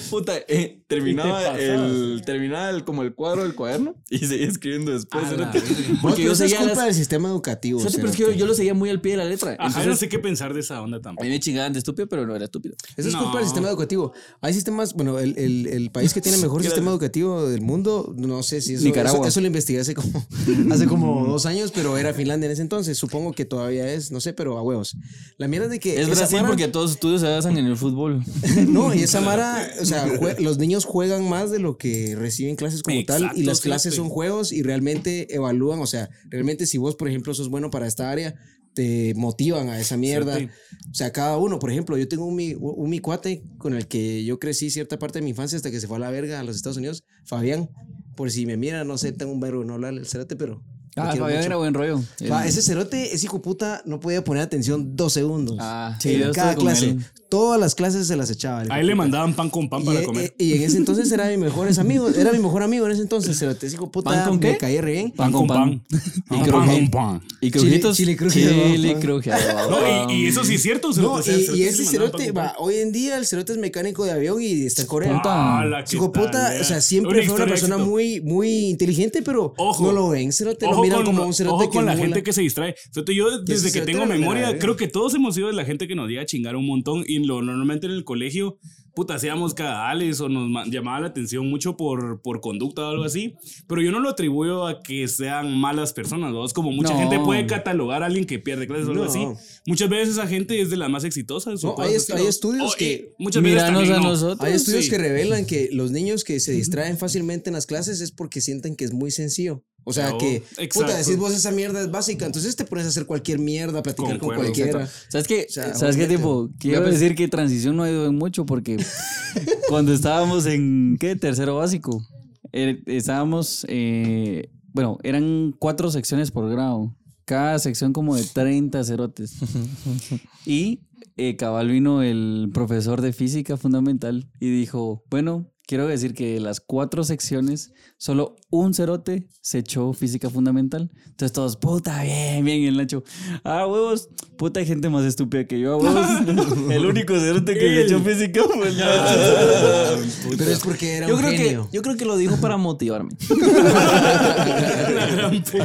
A: puta, eh, terminaba, el, terminaba el- como el cuadro del cuaderno y seguía escribiendo después. cerote. Porque
B: Porque
A: yo
B: eso es
A: seguía
B: culpa
A: las-
B: del sistema educativo.
A: Cerote, pero es que
B: cerote.
A: yo, yo lo seguía muy al pie de la letra.
D: Ajá,
A: Entonces,
D: no sé qué pensar de esa onda
A: a
D: tampoco.
A: mí me chingaban de estúpido, pero no era estúpido.
B: Eso es
D: No.
B: culpa del sistema educativo. Hay sistemas, bueno, el, el- el país que tiene el mejor sistema educativo del mundo, no sé si eso,
E: Nicaragua.
B: eso, eso lo investigué hace como, hace como dos años, pero era Finlandia en ese entonces. Supongo que todavía es, no sé, pero a huevos. La mierda es de que.
A: Es
B: esa
A: Brasil
B: mara-
A: porque todos los estudios se basan en el fútbol.
B: No, y esa Mara, o sea, jue- los niños juegan más de lo que reciben clases como tal, y
D: Exacto,
B: las
D: sí,
B: clases
D: sí.
B: son juegos y realmente evalúan, o sea, realmente si vos, por ejemplo, sos bueno para esta área, te motivan a esa mierda.
D: Cierto.
B: O sea, cada uno, por ejemplo, yo tengo un mi, un mi cuate con el que yo crecí cierta parte de mi infancia hasta que se fue a la verga a los Estados Unidos, Fabián. Por si me mira, no sé, tengo un verbo de no hablarle el cerote, pero. lo
E: Ah,
B: quiero
E: Fabián
B: mucho.
E: era buen rollo.
B: Fa, ese cerote, ese hijo de puta, no podía poner atención dos segundos.
A: Ah, sí, yo
B: en
A: estoy
B: cada
A: con
B: clase.
A: él.
B: Todas las clases se las echaba. el hijo
D: A
B: de
D: él le
B: puta.
D: mandaban pan con pan
B: Y,
D: para
B: e-
D: comer.
B: e- y en ese entonces era mi mejores amigo, era mi mejor amigo en ese entonces, cerote, ese hijo de puta,
A: ¿Pan con
B: me
A: qué?
B: caía re bien.
D: Pan con pan. Pan con pan.
A: Y
B: Chile-
A: crujitos.
B: chile crujía,
A: Chile
B: papá.
A: crujía,
D: No, y, y eso sí es cierto. cerote,
B: No,
D: o
B: y,
D: sea, cerote
B: y ese
D: sí le mandaban pan
B: cerote,
D: con pan.
B: va, hoy en día el cerote es mecánico de avión y está en Corea.
D: Ah, la
B: Su hijo de
D: que
B: puta,
D: tal,
B: o sea,
D: vea.
B: siempre
D: Una
B: fue una
D: historia de
B: persona
D: éxito.
B: muy, muy inteligente, pero
D: Ojo.
B: no lo ven, cerote, lo
D: Ojo
B: miran
D: con,
B: como un cerote
D: ojo
B: que
D: con la
B: es
D: gente
B: mula.
D: que se distrae. Cerote, yo desde que
B: cerote
D: tengo
B: era la ¿eh?
D: memoria,
B: verga.
D: creo que todos hemos sido de la gente que nos llega a chingar un montón. Y lo, normalmente en el colegio, puta, hacíamos cadales o nos ma- llamaba la atención mucho por, por conducta o algo así. Pero yo no lo atribuyo a que sean malas personas. ¿no? Es como mucha
E: No.
D: gente puede catalogar a alguien que pierde clases o algo
B: No.
D: así. Muchas veces esa gente es de las más exitosas. o
B: No,
D: cosas
B: hay
D: así,
B: est- hay estudios
D: y
B: que-
D: Muchas veces
A: Míranos
D: también
A: a
D: no.
A: nosotros.
B: Hay estudios
D: sí.
B: que revelan que los niños que se distraen fácilmente en las clases es porque sienten que es muy sencillo. O sea
D: No,
B: que,
D: exacto.
B: puta, decís vos esa mierda es básica, entonces te pones a hacer cualquier mierda, a platicar
D: Concuerdo,
B: con cualquiera.
A: ¿Sabes qué?
B: O sea,
E: ¿Sabes qué
B: obviamente.
E: tipo? Quiero
A: pues-
E: decir que transición no ha ido en mucho porque cuando estábamos en, ¿qué? Tercero básico. eh, estábamos, eh, bueno, eran cuatro secciones por grado. Cada sección como de 30 cerotes. Y eh, cabal vino el profesor de física fundamental y dijo, bueno, quiero decir que de las cuatro secciones, solo un cerote se echó física fundamental. Entonces todos, puta, bien, bien, y el Nacho. Ah, huevos, puta, hay gente más estúpida que yo, a huevos. el único cerote que se echó física fue el
D: Ah,
E: Nacho.
B: Pero es porque era
A: Yo
B: un
A: creo, que,
B: genio.
A: yo creo que lo dijo para motivarme.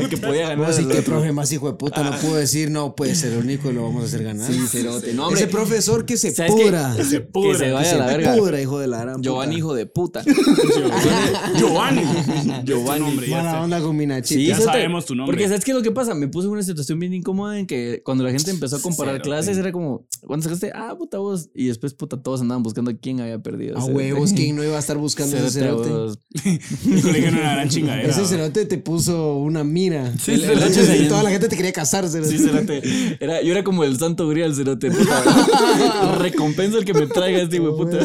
A: que podía ganar.
B: No, sí,
A: al
B: que
A: otro.
B: profe más hijo de puta no pudo decir, no puede ser el único y lo vamos a hacer ganar.
A: Sí, cerote. No, hombre.
B: Ese profesor que se
A: ¿Sabes qué?
B: pudra.
A: Que
D: Se pudra,
A: se vaya
B: se
A: a la verga.
B: pudra, hijo de la gran puta.
A: Giovanni, hijo de puta.
D: Giovanni. este
A: Giovanni.
D: Giovanni.
B: Mala onda con mi
A: Sí,
B: nachita.
D: Ya
A: cerote.
D: sabemos tu nombre.
A: Porque ¿sabes qué es lo que pasa? Me puse en una situación bien incómoda en que cuando la gente empezó a comparar
D: Cerote.
A: clases era como, ¿cuándo sacaste? Ah, puta vos. Y después, puta, todos andaban buscando a quién había perdido.
B: A
A: cerote.
B: huevos, ¿quién no iba a estar buscando
A: Cerote,
B: ese cerote?
A: vos.
D: El colegio no eh". era una gran chingadera.
B: Ese cerote te puso una mira.
A: Sí,
B: El- el-
A: cerote.
B: y toda la gente te quería casar, cerote.
A: Sí, cerote. Era, yo era como el santo grial, cerote. puta. Recompensa el que me traiga este hueputa.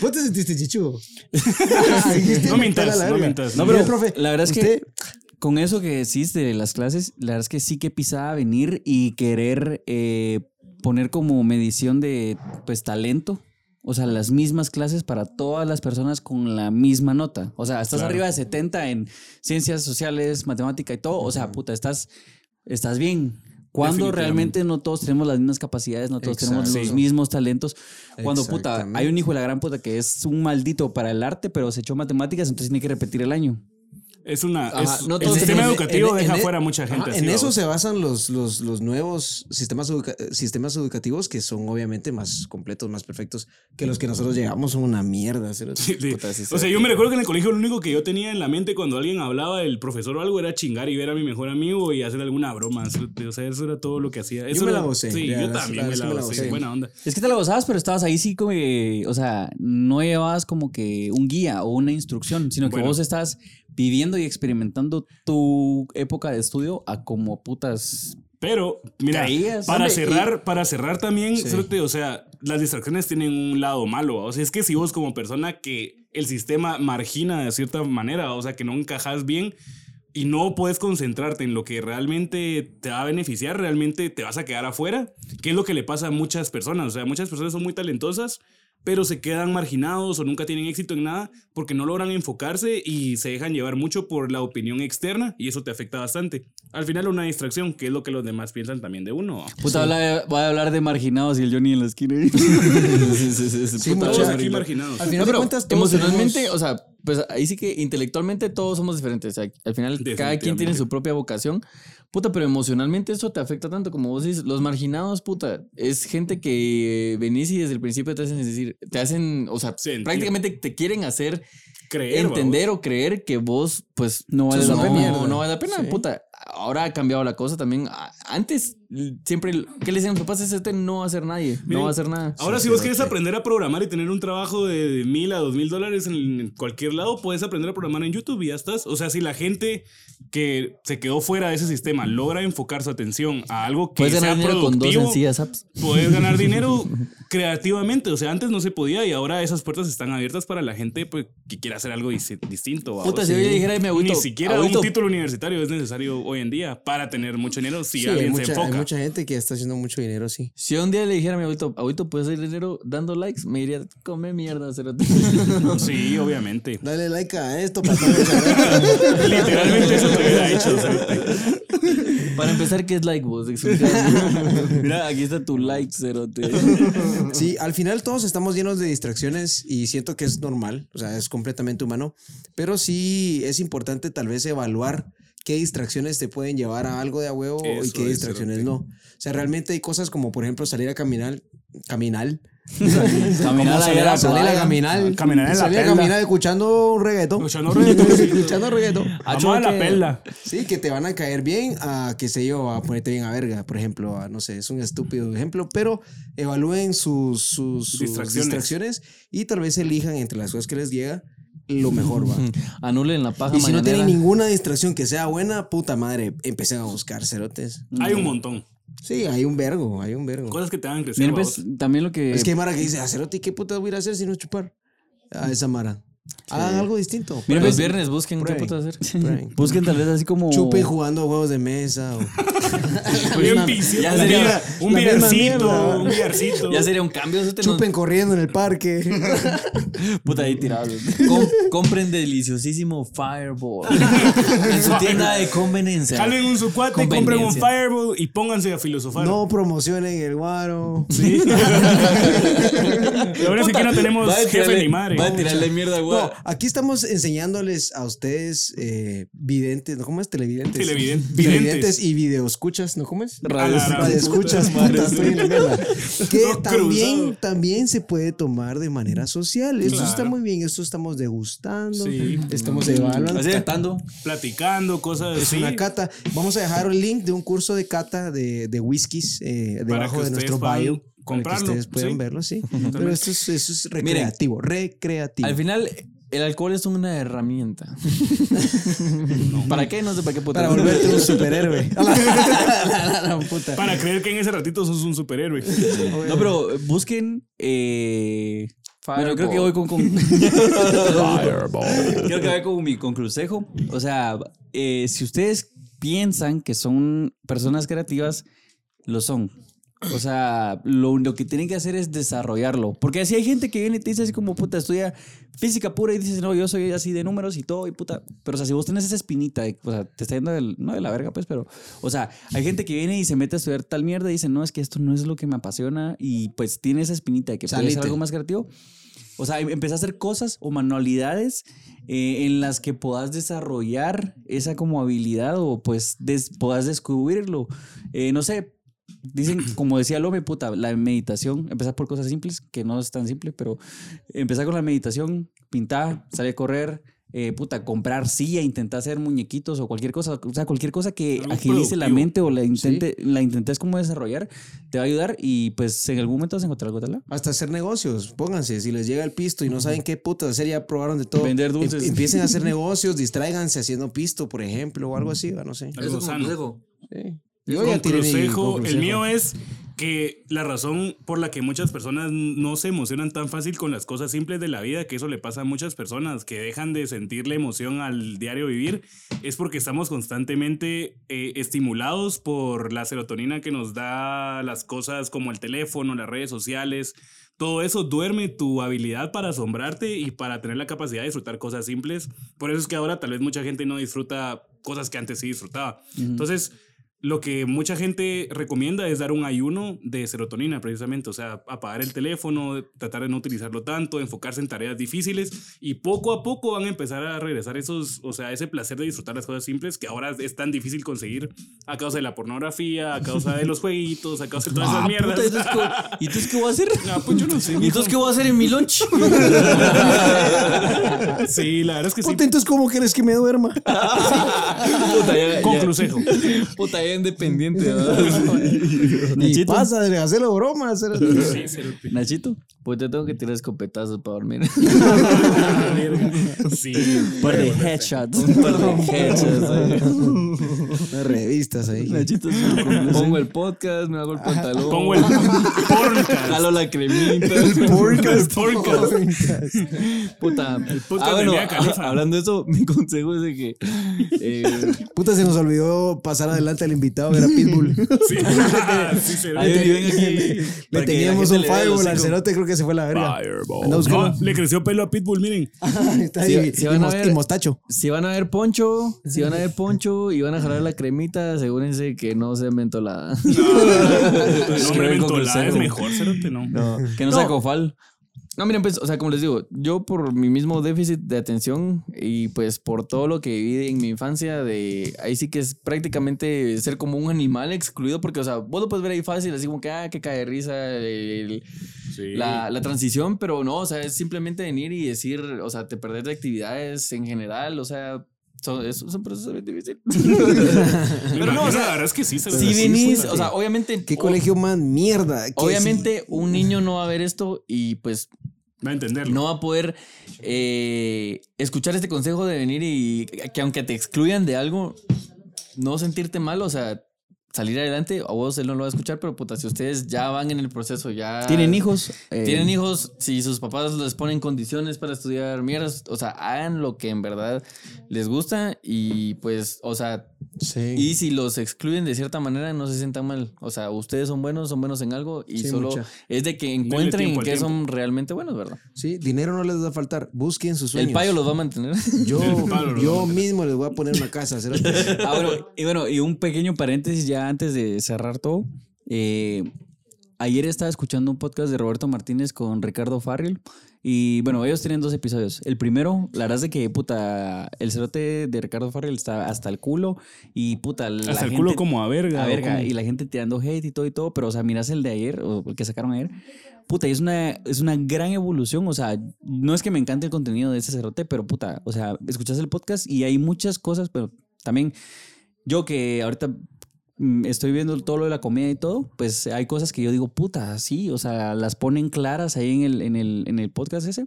B: ¿Vos te sentiste chichudo? Dijiste,
D: No mintas,
B: "Para la
D: no
B: verga".
D: mintas.
E: No, pero
B: Mire, profe,
E: la verdad es
B: usted-
E: que con eso que decís de las clases, la verdad es que sí que pisaba venir y querer eh, poner como medición de pues talento. O sea, las mismas clases para todas las personas con la misma nota. O sea, estás
D: Claro.
E: arriba de 70 en ciencias sociales, matemática y todo. O sea, puta, estás, estás bien. Cuando
D: Definitivamente.
E: realmente no todos tenemos las mismas capacidades, no todos tenemos
B: Exacto.
E: los mismos talentos. Cuando puta,
B: Exactamente.
E: hay un hijo de la gran puta que es un maldito para el arte, pero se echó matemáticas, entonces tiene que repetir el año.
D: Es una.
A: Ajá,
B: Ah,
D: es-
A: no
D: Pues, el
A: todos
D: sistema
A: tenemos-
D: educativo
B: en- en-
D: deja
B: en-
D: fuera a mucha gente.
B: ajá,
D: así,
B: en eso
D: vamos.
B: se basan los, los, los nuevos sistemas, educa- sistemas educativos que son obviamente más completos, más perfectos que los que nosotros llegamos son una mierda. cerote.
D: Sí, sí.
A: Puta, sí,
D: O sea,
A: sí.
D: yo me recuerdo que en el colegio lo único que yo tenía en la mente cuando alguien hablaba del profesor o algo era chingar y ver a mi mejor amigo y hacer alguna broma. O sea, eso era todo lo que hacía. Eso
B: me
D: era-
B: la gocé,
D: Sí,
B: la
D: yo
B: verdad,
D: también
B: la
D: me
B: verdad
D: la
B: sí me la
D: gocé.
B: gocé.
D: Buena onda.
E: Es que te la gozabas, pero estabas ahí sí como, que, o sea, no llevabas como que un guía o una instrucción, sino que
D: Bueno.
E: vos estás viviendo y experimentando tu época de estudio a como putas
D: Pero, mira,
E: Caías,
D: para
E: hombre,
D: cerrar, para cerrar también, cerote, o sea, las distracciones tienen un lado malo, ¿va? o sea, es que si vos como persona que el sistema margina de cierta manera, o sea, que no encajas bien y no puedes concentrarte en lo que realmente te va a beneficiar, realmente te vas a quedar afuera, que es lo que le pasa a muchas personas, o sea, muchas personas son muy talentosas, pero se quedan marginados o nunca tienen éxito en nada porque no logran enfocarse y se dejan llevar mucho por la opinión externa y eso te afecta bastante. Al final una distracción, que es lo que los demás piensan también de uno.
E: Puta, habla- voy a hablar de marginados y el Johnny en la esquina.
A: Sí, sí, sí, sí, puta
D: Todos
A: madre.
D: aquí marginados.
B: Al final
A: No,
B: de
A: pero
B: cuentas, todos
A: emocionalmente,
B: tenemos-
A: o sea, pues ahí sí que intelectualmente todos somos diferentes. O sea, al final cada quien tiene
D: Definitivamente.
A: su propia vocación. Puta, pero emocionalmente eso te afecta tanto como vos dices. Los marginados, puta, es gente que venís y desde el principio te hacen decir, te hacen, o sea,
D: Sentir.
A: prácticamente te quieren hacer
D: Creer,
A: entender o creer que vos, pues,
E: No vale
A: sos
E: la
A: no-
E: pena.
A: No vale la pena, puta. Ahora ha cambiado la cosa también. A- Antes, l- siempre, ¿qué le decían los papás? Este no va a hacer nadie, no
D: Miren,
A: va a hacer nada.
D: vamos. Ahora, si vos quieres aprender a programar y tener un trabajo de mil a dos mil dólares en cualquier lado, puedes aprender a programar en YouTube y ya estás. O sea, si la gente que se quedó fuera de ese sistema logra enfocar su atención a algo que
A: Puedes
D: sea
A: ganar dinero con dos
D: productivo,
A: sencillas apps.
D: Puedes ganar dinero creativamente. O sea, antes no se podía y ahora esas puertas están abiertas para la gente pues, que quiera hacer algo dis- distinto. ¿va?
A: Puta,
D: O
A: si
D: sea,
A: yo le dijera a mi abuelito,
D: Ni siquiera
A: abuelito,
D: un título universitario es necesario hoy en día para tener mucho dinero si
B: Sí, hay
D: alguien se
B: mucha, hay
D: enfoca.
B: mucha gente que está haciendo mucho dinero, sí.
A: Si un día le dijera a mi abuelito, abuelito, puedes hacer dinero dando likes, me diría, come mierda, cerote.
D: Sí, obviamente.
B: Dale like a esto para estar mucha-
D: Literalmente eso te hubiera hecho. o sea,
A: Para empezar, ¿qué es like vos? Mira, aquí está tu like, cerote.
B: Sí, al final todos estamos llenos de distracciones y siento que es normal, o sea, es completamente humano, pero sí es importante tal vez evaluar qué distracciones te pueden llevar a algo de a huevo y
D: Eso
B: qué
D: es,
B: distracciones no. O sea, realmente hay cosas como, por ejemplo, salir a caminar, caminar,
E: Caminar
B: Como
E: a la
B: salir a
E: playa.
B: caminar,
D: Caminar en la
B: salir a
D: perla.
B: caminar escuchando un reggaetón,
D: Escuchando reggaetón, sí.
B: escuchando reggaetón.
D: Vamos a la perla.
B: Sí, que te van a caer bien, a qué sé yo, a ponerte bien a verga, por ejemplo, a, no sé, es un estúpido ejemplo, pero evalúen sus, sus, sus
D: Distracciones.
B: distracciones. y tal vez elijan entre las cosas que les llega lo mejor, va.
A: Anulen la paja
B: Y si no
A: mañanera.
B: tienen ninguna distracción que sea buena, puta madre, empecen a buscar cerotes.
D: Hay un montón.
B: Sí, hay un vergo, hay un vergo.
D: Cosas que te van a crecer.
E: Miren, pues,
D: babos.
E: también lo que.
B: Es que hay Mara que dice, a cerote, ¿qué puta voy a ir a hacer si no es chupar? A esa Mara. Hagan algo distinto. Pues,
A: Mira,
E: Prueben.
A: los viernes busquen qué
B: Prueben.
A: puto hacer.
B: Prueben.
E: Busquen tal vez así como.
B: Chupen jugando juegos de mesa. o-
A: Este
D: Bien vicio,
A: ya
D: un
A: sería
D: billar-
B: la
D: un
B: misma
D: billarcito,
B: mierda.
D: un billarcito.
A: Ya sería un cambio, cerote. no-
B: Chupen corriendo en el parque.
E: Puta, ahí tirados.
A: Com- compren deliciosísimo Fireball en su tienda de conveniencia.
D: Jalen un sucuate, compren un
A: Conveniencia.
D: Fireball y pónganse a filosofar.
B: No promocionen el guaro.
D: Sí. y ahora sí
A: Puta,
D: que no tenemos
A: va a
D: jefe
A: tirarle-
D: ni madre.
A: Va a tirarle mierda, güey.
B: No, aquí estamos enseñándoles a ustedes eh, videntes, ¿no? ¿Cómo es? Televidentes.
D: Televidentes.
B: Televidentes y videoescuchas, ¿no? ¿Cómo es?
D: A la gran
B: Radioescuchas,
D: puta madre.
B: puta, estoy en la mierda. Que
D: Todo cruzado.
B: también, también se puede tomar de manera social. Esto
D: Claro.
B: está muy bien, esto estamos degustando,
D: Sí.
B: estamos evaluando.
A: Así es.
D: Platicando cosas
B: Es
D: así.
B: una cata. Vamos a dejar el link de un curso de cata de, de whiskies eh, debajo
D: que
B: de nuestro
D: ustedes puedan
B: bio. Para que
D: comprarlo,
B: ustedes puedan
D: sí.
B: verlo, sí. Pero esto es, eso es recreativo, recreativo.
A: Al final, el alcohol es una herramienta. ¿Para qué? No sé para qué puta.
B: Para volverte un superhéroe. A la- a la- a la puta.
D: Para creer que en ese ratito sos un superhéroe.
A: No, pero eh, busquen. Eh,
E: Bueno, creo que voy con. con-
C: Fireball.
E: creo que voy con mi con consejo. O sea, eh, si ustedes piensan que son personas creativas, lo son. O sea, lo, lo que tienen que hacer es desarrollarlo. Porque así hay gente que viene y te dice así como, puta, estudia física pura y dices, no, yo soy así de números y todo y puta. Pero, o sea, si vos tenés esa espinita, de- o sea, te está yendo del- no de la verga, pues, pero, o sea, hay gente que viene y se mete a estudiar tal mierda y dice, no, es que esto no es lo que me apasiona y pues tiene esa espinita de que puede ser
B: Salite.
E: algo más creativo. O sea, em- empecé a hacer cosas o manualidades eh, en las que puedas desarrollar esa como habilidad o pues des- puedas descubrirlo. Eh, no sé, dicen, como decía Lome, puta, la meditación, empezar por cosas simples, que no es tan simple, pero empezar con la meditación, pintar, salir a correr. eh, puta, comprar silla, intentar hacer muñequitos o cualquier cosa, o sea, cualquier cosa que
D: Algo
E: agilice la
D: productivo.
E: mente o la, intente, la intentes como desarrollar, te va a ayudar y pues en algún momento vas a encontrar algo tal.
B: Hasta hacer negocios, pónganse, si les llega el pisto y no saben qué puta hacer, ya probaron de todo.
E: Vender dulces.
B: Em- Empiecen a hacer negocios, distráiganse haciendo pisto, por ejemplo, o algo así, o no sé.
A: Eso
D: Algo
A: como
D: sano.
A: consejo.
B: Sí. Yo
D: Con
B: ya tiré mi
D: consejo, el
B: conclusión.
D: mío es que la razón por la que muchas personas no se emocionan tan fácil con las cosas simples de la vida, que eso le pasa a muchas personas que dejan de sentir la emoción al diario vivir, es porque estamos constantemente eh, estimulados por la serotonina que nos da las cosas como el teléfono, las redes sociales. Todo eso duerme tu habilidad para asombrarte y para tener la capacidad de disfrutar cosas simples. Por eso es que ahora tal vez mucha gente no disfruta cosas que antes sí disfrutaba. Entonces, lo que mucha gente recomienda es dar un ayuno de serotonina, precisamente, o sea, apagar el teléfono, tratar de no utilizarlo tanto, enfocarse en tareas difíciles y poco a poco van a empezar a regresar esos, o sea, ese placer de disfrutar las cosas simples que ahora es tan difícil conseguir a causa de la pornografía, a causa de los jueguitos, a causa de todas esas
A: Ah, puta,
D: mierdas.
A: entonces, ¿cómo- ¿Y entonces qué voy a hacer?
D: Ah, pues yo no sé.
A: ¿Y entonces qué voy a hacer en mi lunch?
D: Sí, la verdad es que sí.
B: Puta, Pues, entonces, ¿cómo quieres que me duerma?
A: Puta, ya,
D: Con
A: ya.
D: consejo.
A: Puta, ya independiente. ¿verdad?
B: Ni
E: Nachito.
B: pasa, de hacerlo broma. hacer-
E: Nachito,
A: Pues yo tengo que tirar escopetazos para dormir.
D: Sí.
E: par de headshots. par de headshots.
B: Unas revistas ahí.
E: Nachito es un conclusión.
A: Pongo el podcast, me hago el pantalón.
D: Pongo el porncast.
A: Jalo la cremita.
D: Porncast. Porncast.
A: Puta.
D: podcast de Mia Khalifa.
A: ha- hablando de eso, mi consejo es de que. eh,
B: Puta, se nos olvidó pasar adelante al invitado, que era Pitbull.
D: Sí, Ah, sí se
A: Ahí
D: ve.
A: te viven aquí.
B: Le
A: para que la
B: teníamos
A: gente
B: un
A: le vea el
B: fireball al
A: hocico.
B: cerote, creo que se fue a la verga.
C: Fireball.
B: Anda
D: No,
B: buscando.
D: le creció pelo a Pitbull, miren.
B: Está
A: Sí,
B: ahí,
A: sí
B: y
A: van a
B: mos-
A: ver.
B: y mostacho.
A: Si van a ver poncho, si van a ver poncho y van a jalar la cremita, asegúrense que no sea mentolada.
D: No, hombre,
A: Creo que
D: mentolada es
A: consejo.
D: mejor, cerote, no.
A: Que no, sea cofal. No, miren, pues, o sea, como les digo, yo por mi mismo déficit de atención y pues por todo lo que viví en mi infancia, de ahí sí que es prácticamente ser como un animal excluido, porque, o sea, vos lo puedes ver ahí fácil, así como que, ah, que cae de risa el-
D: Sí.
A: la, la transición, pero no, o sea, es simplemente venir y decir, o sea, te perdés de actividades en general, o sea, son, es, es un proceso bien difícil.
D: Pero no, o sea, la verdad es que sí, cerote.
A: Si
D: Sí,
A: venís,
D: puta,
A: o sea, obviamente...
B: ¿Qué
A: o-
B: colegio más mierda? que
A: Oh. Obviamente un niño no va a ver esto y pues
D: Va a entenderlo.
A: no va a poder eh, escuchar este consejo de venir y que aunque te excluyan de algo, no sentirte mal, o sea, salir adelante, a vos él no lo va a escuchar, pero puta, si ustedes ya van en el proceso, ya...
E: ¿Tienen hijos? Eh,
A: Tienen hijos, si sus papás les ponen condiciones para estudiar mierdas, o sea, hagan lo que en verdad les gusta y pues, o sea,
B: Sí.
A: y si los excluyen de cierta manera, no se sientan mal. O sea, ustedes son buenos, son buenos en algo y
B: Sí,
A: solo
B: mucha.
A: es de que
D: Denle
A: encuentren
D: tiempo
A: en
D: al
A: qué
D: tiempo.
A: son realmente buenos, ¿verdad?
B: Sí, dinero no les va a faltar. Busquen sus sueños.
A: El payo los va a mantener.
B: Yo,
D: El palo los va a
B: yo
D: meter.
B: mismo les voy a poner una casa. cerote.
E: Ah, bueno, y bueno, y un pequeño paréntesis ya antes de cerrar todo. Eh, ayer estaba escuchando un podcast de Roberto Martínez con Ricardo Farrell. Y bueno, ellos tienen dos episodios. El primero, la verdad es de que, puta, el cerote de Ricardo Farrell está hasta el culo. Y puta, la
D: Hasta el
E: gente-
D: culo como a verga.
E: a
D: o
E: verga,
D: como-
E: y la gente tirando hate y todo y todo, pero o sea, miras el de ayer, o el que sacaron ayer, puta, y es una, es una gran evolución, o sea, no es que me encante el contenido de ese cerote, pero puta, o sea, escuchas el podcast y hay muchas cosas, pero también yo que ahorita mm, estoy viendo todo lo de la comida y todo, pues hay cosas que yo digo, puta, sí, o sea, las ponen claras ahí en el, en el, en el podcast ese,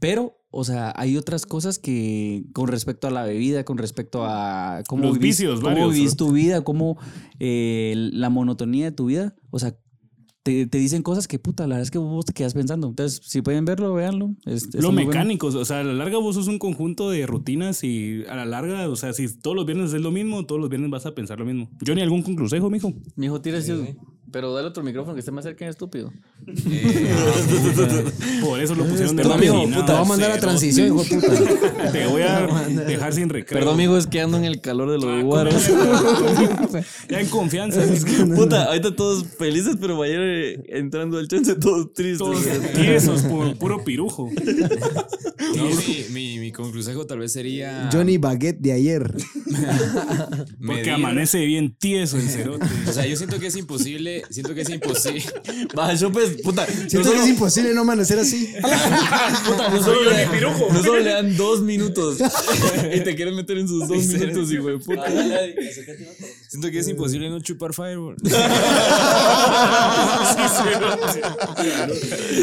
E: pero... O sea, hay otras cosas que con respecto a la bebida, con respecto a cómo
D: Los
E: vivís-
D: vicios
E: cómo
D: varios,
E: vivís
D: ¿no?
E: tu vida, cómo eh, la monotonía de tu vida, o sea, te, te dicen cosas que puta, la verdad es que vos te quedas pensando. Entonces, si pueden verlo, véanlo. Es- está
D: Lo
E: muy bueno.
D: mecánicos, o sea, a la larga vos sos un conjunto de rutinas y a la larga, o sea, si todos los viernes es lo mismo, todos los viernes vas a pensar lo mismo. Yo ni algún consejo, mijo.
A: Mi hijo tira así, pero dale otro micrófono que esté más cerca, estúpido.
D: Por eso lo pusieron de
A: Perdón, mijo,
D: marginado,
A: puta,
B: Te voy a mandar a
D: cerote.
B: transición, hijo de puta.
D: Te voy a dejar sin recreo. Ah,
A: Perdón, amigo, es que ando en el calor
F: Ah,
A: de los guarros.
D: Ya en confianza.
A: Puta, ahorita todos felices, pero ayer eh, entrando al chance todos tristes.
D: Todos tiesos, pu- puro pirujo.
F: No, mi, mi, mi consejo tal vez sería.
B: Johnny Baguette de ayer.
D: Porque
F: medir-
D: amanece bien tieso el cerote.
F: O sea, yo siento que es imposible. Siento que es imposible.
A: Va, yo pues, puta,
B: Siento que es imposible no amanecer así.
A: puta, no solo, le, no solo le dan dos minutos y te quieren meter en sus dos minutos, hijo de puta.
F: Siento
D: Eh.
F: que es imposible no chupar Fireball.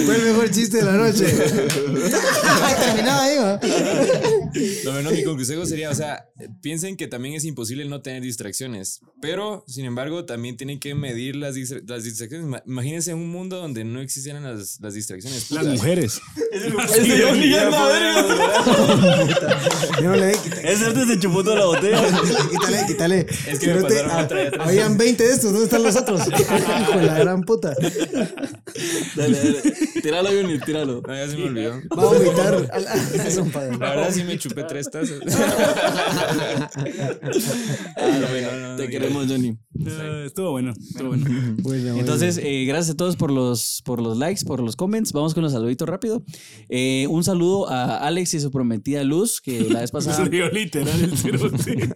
B: Fue el mejor chiste de la noche. Terminaba ahí, ¿no?
F: No, no, mi consejo sería, o sea, piensen que también es imposible no tener distracciones, pero sin embargo también tienen que medir las, distra- las distracciones. Ma- Imagínense un mundo donde no existieran las, las distracciones.
D: Las
F: puta.
D: mujeres.
B: Mírale, quita-
E: Ese antes se chupó toda la botella.
B: quítale, quítale.
F: Es que
B: Si
F: me
B: no te-
F: pasaron
B: ah,
F: otra vez.
B: Habían 20 de estos, ¿dónde están los otros? Hijo de la gran puta.
A: Dale, dale. Tíralo, Johnny, tíralo.
F: No, ya se me olvidó.
B: Va a vomitar. Ala, es un padre.
F: La verdad sí me chupé tres tazas.
D: Ah,
A: Te queremos, Johnny.
D: Eh, estuvo bueno, estuvo bueno.
B: Bueno, bueno.
E: Entonces, eh, gracias a todos por los, por los likes, por los comments. Vamos con los saluditos rápido. Eh, un saludo a Alex y su prometida Luz, que la vez pasada.
B: Ah.
D: Se dio literal el cerote.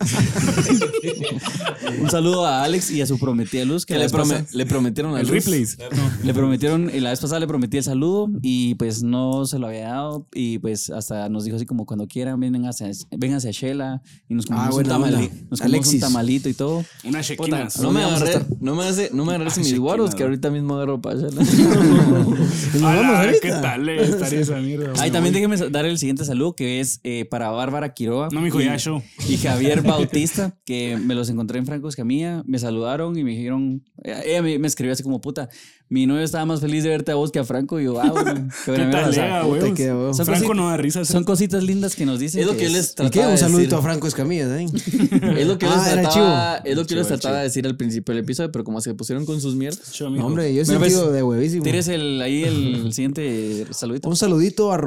E: un saludo a Alex y a su prometida Luz, que
A: Que
E: la
A: le,
E: vez pasada-
A: prome- le prometieron a
D: El
A: Luz.
D: replays.
E: Le prometieron, eh, la vez pasada le prometí el saludo y pues no se lo había dado. Y pues hasta nos dijo así como cuando quieran, vengan hacia, vengan hacia Shela y nos comemos,
B: Ah,
E: un,
B: buena
E: tamali-
B: onda.
E: nos comemos un
B: Alexis.
E: tamalito y todo.
D: Una
A: Puta,
D: chequina.
A: no me
E: vamos a
A: agarré,
E: estar-
A: no me hace, no me agarres
D: Ah,
A: mis
D: sí,
A: guaros,
D: claro.
A: que ahorita mismo agarro para allá.
D: A la
B: vamos
D: verga,
B: ahorita.
D: ¿Qué tal eh, estaría esa mierda?
E: Ahí también déjenme dar el siguiente saludo que es eh, para Bárbara Quiroga.
D: No, mijo,
E: y-
D: ya show.
E: Y Javier Bautista, que me los encontré en Franco Escamilla, me saludaron y me dijeron, eh, ella me, me escribió así como puta, mi novio estaba más feliz de verte a vos que a Franco. Y yo, ah, bueno, qué
D: ¿Qué
E: buena mierda",
D: tal,
E: o
D: eh, ah,
E: sea,
D: lea,
B: puta,
D: huevos?
B: qué huevo.
E: Son
D: Franco
E: cosi-
D: no da risa.
E: Son cosas lindas que nos dicen.
A: Es lo que yo les
B: ¿Y qué?
A: trataba
B: Un
A: de
B: saludito
A: decir.
B: a Franco Escamilla, ¿eh?
A: Es lo que yo les
B: Ah, era
A: trataba,
B: chivo.
A: es lo que yo les
F: Chivo,
A: trataba de decir al principio del episodio, pero como se pusieron con sus mierdas.
D: Show, mijo.
B: No, hombre, yo he
E: Bueno, pues,
B: sentido de huevísimo.
E: Tienes el, ahí el siguiente saludito.
B: Un saludito a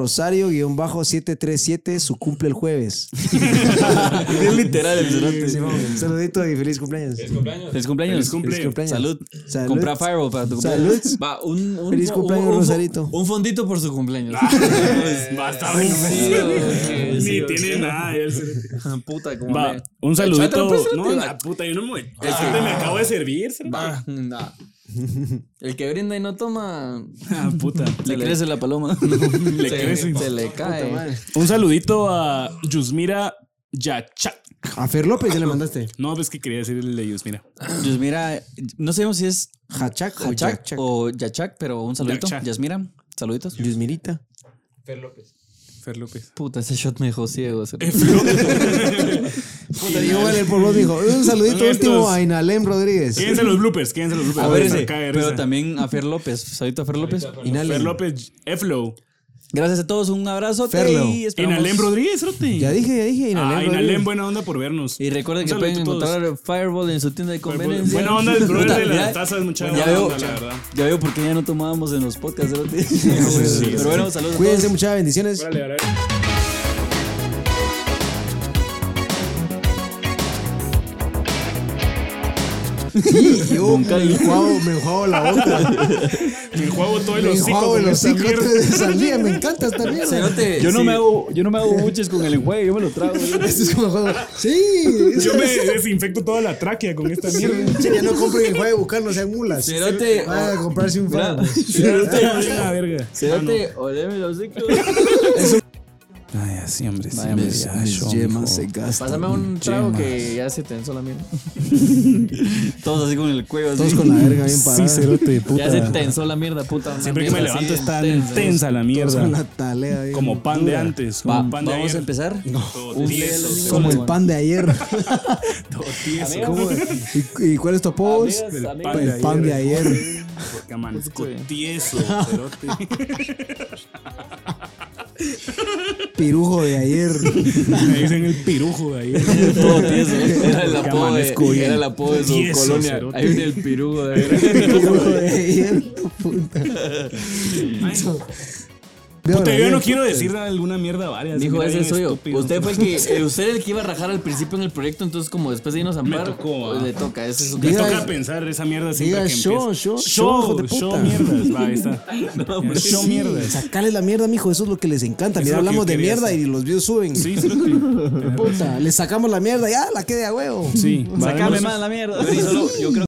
B: Rosario-737, su cumple el jueves.
E: es literal el
B: Un saludito y feliz cumpleaños.
E: Feliz cumpleaños.
D: Feliz cumple.
B: Feliz cumpleaños.
E: Salud.
B: Salud.
E: Compra Fireball para tu cumpleaños.
B: Salud.
A: Va, un, un-
B: Feliz
A: un-
B: cumpleaños,
A: un- un-
B: Rosarito.
A: Un fondito por su cumpleaños.
D: Ah. Basta, güey, no me-
A: Sí, güey,
D: Ni
A: sí,
D: tiene nada. ya el cerote.
A: Puta, como
D: Va,
A: me-
D: un
A: Échatelo,
D: saludito.
A: pues,
D: No, Ah.
A: cerote,
D: la
A: va.
D: puta, yo no me. El cerote me acabo de servir. cerote.
A: Va, nah. El que brinda y no toma,
D: Ah, puta.
E: Le crece la paloma.
D: Le
A: se,
D: crece.
A: se le cae.
D: Un saludito a Yusmira Yacha.
B: A Fer López ya le mandaste.
D: No, ves que quería decir el de Yusmira.
E: Pues mira, no sabemos si es
B: Hachak,
E: Hachak
B: Hachak.
E: o Yachak, pero un saludito.
D: Yachak.
E: Yasmira, saluditos.
B: Yusmirita.
D: Fer López.
A: Puta, ese shot me dejó ciego. cerote.
B: Puta, yo vale por vos, dijo. Un saludito
D: Estos-
B: último a Inalem Rodríguez.
D: Quédense los bloopers, quédense los bloopers.
E: A ver, ese,
D: Acá de
E: pero
D: risa.
E: también a Fer López. Saludito a Fer López.
D: Fer
B: Inalem.
D: López, Eflow.
E: Gracias a todos, un abrazo.
B: Ferlo.
E: Y esperamos-
D: Inalem Rodríguez, Rote.
B: Ya dije, ya dije, Inalem.
D: Ah,
B: Rodríguez.
D: Inalem, buena onda por vernos.
E: Y recuerden
D: Un
E: que pueden
D: saludito a todos.
E: encontrar Fireball en su tienda de conveniencia.
D: Buena onda el brother
E: Puta,
D: de
E: ya-
D: las tazas, muchachos.
E: Ya
D: Buena
E: veo,
D: onda, la verdad.
E: ya veo por qué ya no tomábamos en los podcasts. ¿verdad? Pero bueno, saludos. a
B: Cuídense, muchas bendiciones.
D: Órale, órale.
B: Yo me enjuago, me enjuago la boca.
D: Me enjuago todo el
B: Me
D: hocico.
B: enjuago
D: con
B: los
D: esta mierda.
B: cicotes de sandía. Me encanta esta mierda.
A: Cerote,
E: Yo no,
A: sí.
E: me hago, yo no me hago buches con el enjuague, yo me lo trago. ¿verdad?
B: Esto es como juego. Sí.
D: Yo me desinfecto toda la tráquea con esta
B: Sí,
D: mierda.
B: che, ya no compren el juego de buscar, no sean mulas.
A: Cerote.
B: Vayan a comprarse un
A: Mira,
B: fan.
D: Cerote, la verga.
A: Cerote, oleme los hocico.
D: Ay, así, hombre. sí, hombre,
B: Mis,
D: ya,
B: mis
D: show,
B: yemas
D: mijo.
B: se gastan.
A: Pásame un trago que ya se tensó la mierda.
E: Todos así con el cuello.
B: Todos
E: Así.
B: con la verga bien parada.
D: Sí, cerote, puta.
A: Ya se tensó la mierda, puta. una
D: Siempre que me
A: mierda así
D: levanto
A: bien
D: está
A: tensa.
D: tensa la
B: Todos con
D: mierda.
B: la talea bien
D: Como pan de
B: dura.
D: antes.
E: Va,
D: Como pan de
E: vamos a
D: ayer.
E: empezar.
D: Todo
E: Un día
D: tieso,
E: de los-
B: Como el
E: Bueno.
B: pan de ayer.
D: todo tieso.
B: ¿Cómo? ¿Y, y cuál es tu apodo?
A: Amigas,
D: Del
A: amigas.
D: pan de
B: El pan de ayer.
D: Porque amanezco
A: Pues, güey.
D: tieso, cerote.
B: Pirujo de ayer.
D: Me dicen el pirujo de ahí.
A: Todo tieso. Era el
D: Que
A: apodo
D: amanezco
A: de,
D: bien.
A: era el apodo de su
D: Tieso,
A: colonia.
D: cerote.
A: Ahí viene el pirugo de
B: Pirujo de ayer. Puta.
D: Puta,
B: Véanlo
D: yo
B: bien.
D: no quiero decir alguna mierda varias.
A: Dijo,
D: mira,
A: ese
D: bien
A: soy yo.
D: estúpido".
A: Usted fue el que, eh, usted era el que iba a rajar al principio en el proyecto, entonces como después de irnos a
D: Me
A: ampar,
D: tocó,
A: pues,
D: ah.
A: le toca. Ese es un
D: Me
B: Diga-
D: toca pensar esa mierda siempre
B: diga
D: que
B: yo,
D: empieza.
B: yo, yo, hijo de
D: yo,
B: puta.
D: mierdas. Va, ahí está.
A: hombre.
D: yo,
B: Sí,
D: mierdas.
B: Sacale la mierda, mijo. Eso es lo que les encanta.
D: Eso es
B: Mira,
D: lo que
B: hablamos de
D: yo quería
B: mierda
D: hacer.
B: y los views suben.
D: Sí, cerote.
B: Puta, le sacamos la mierda. Ya, la quedé a huevo.
D: Sí, va,
E: Sácame
D: démosle.
E: más la mierda.
A: Yo creo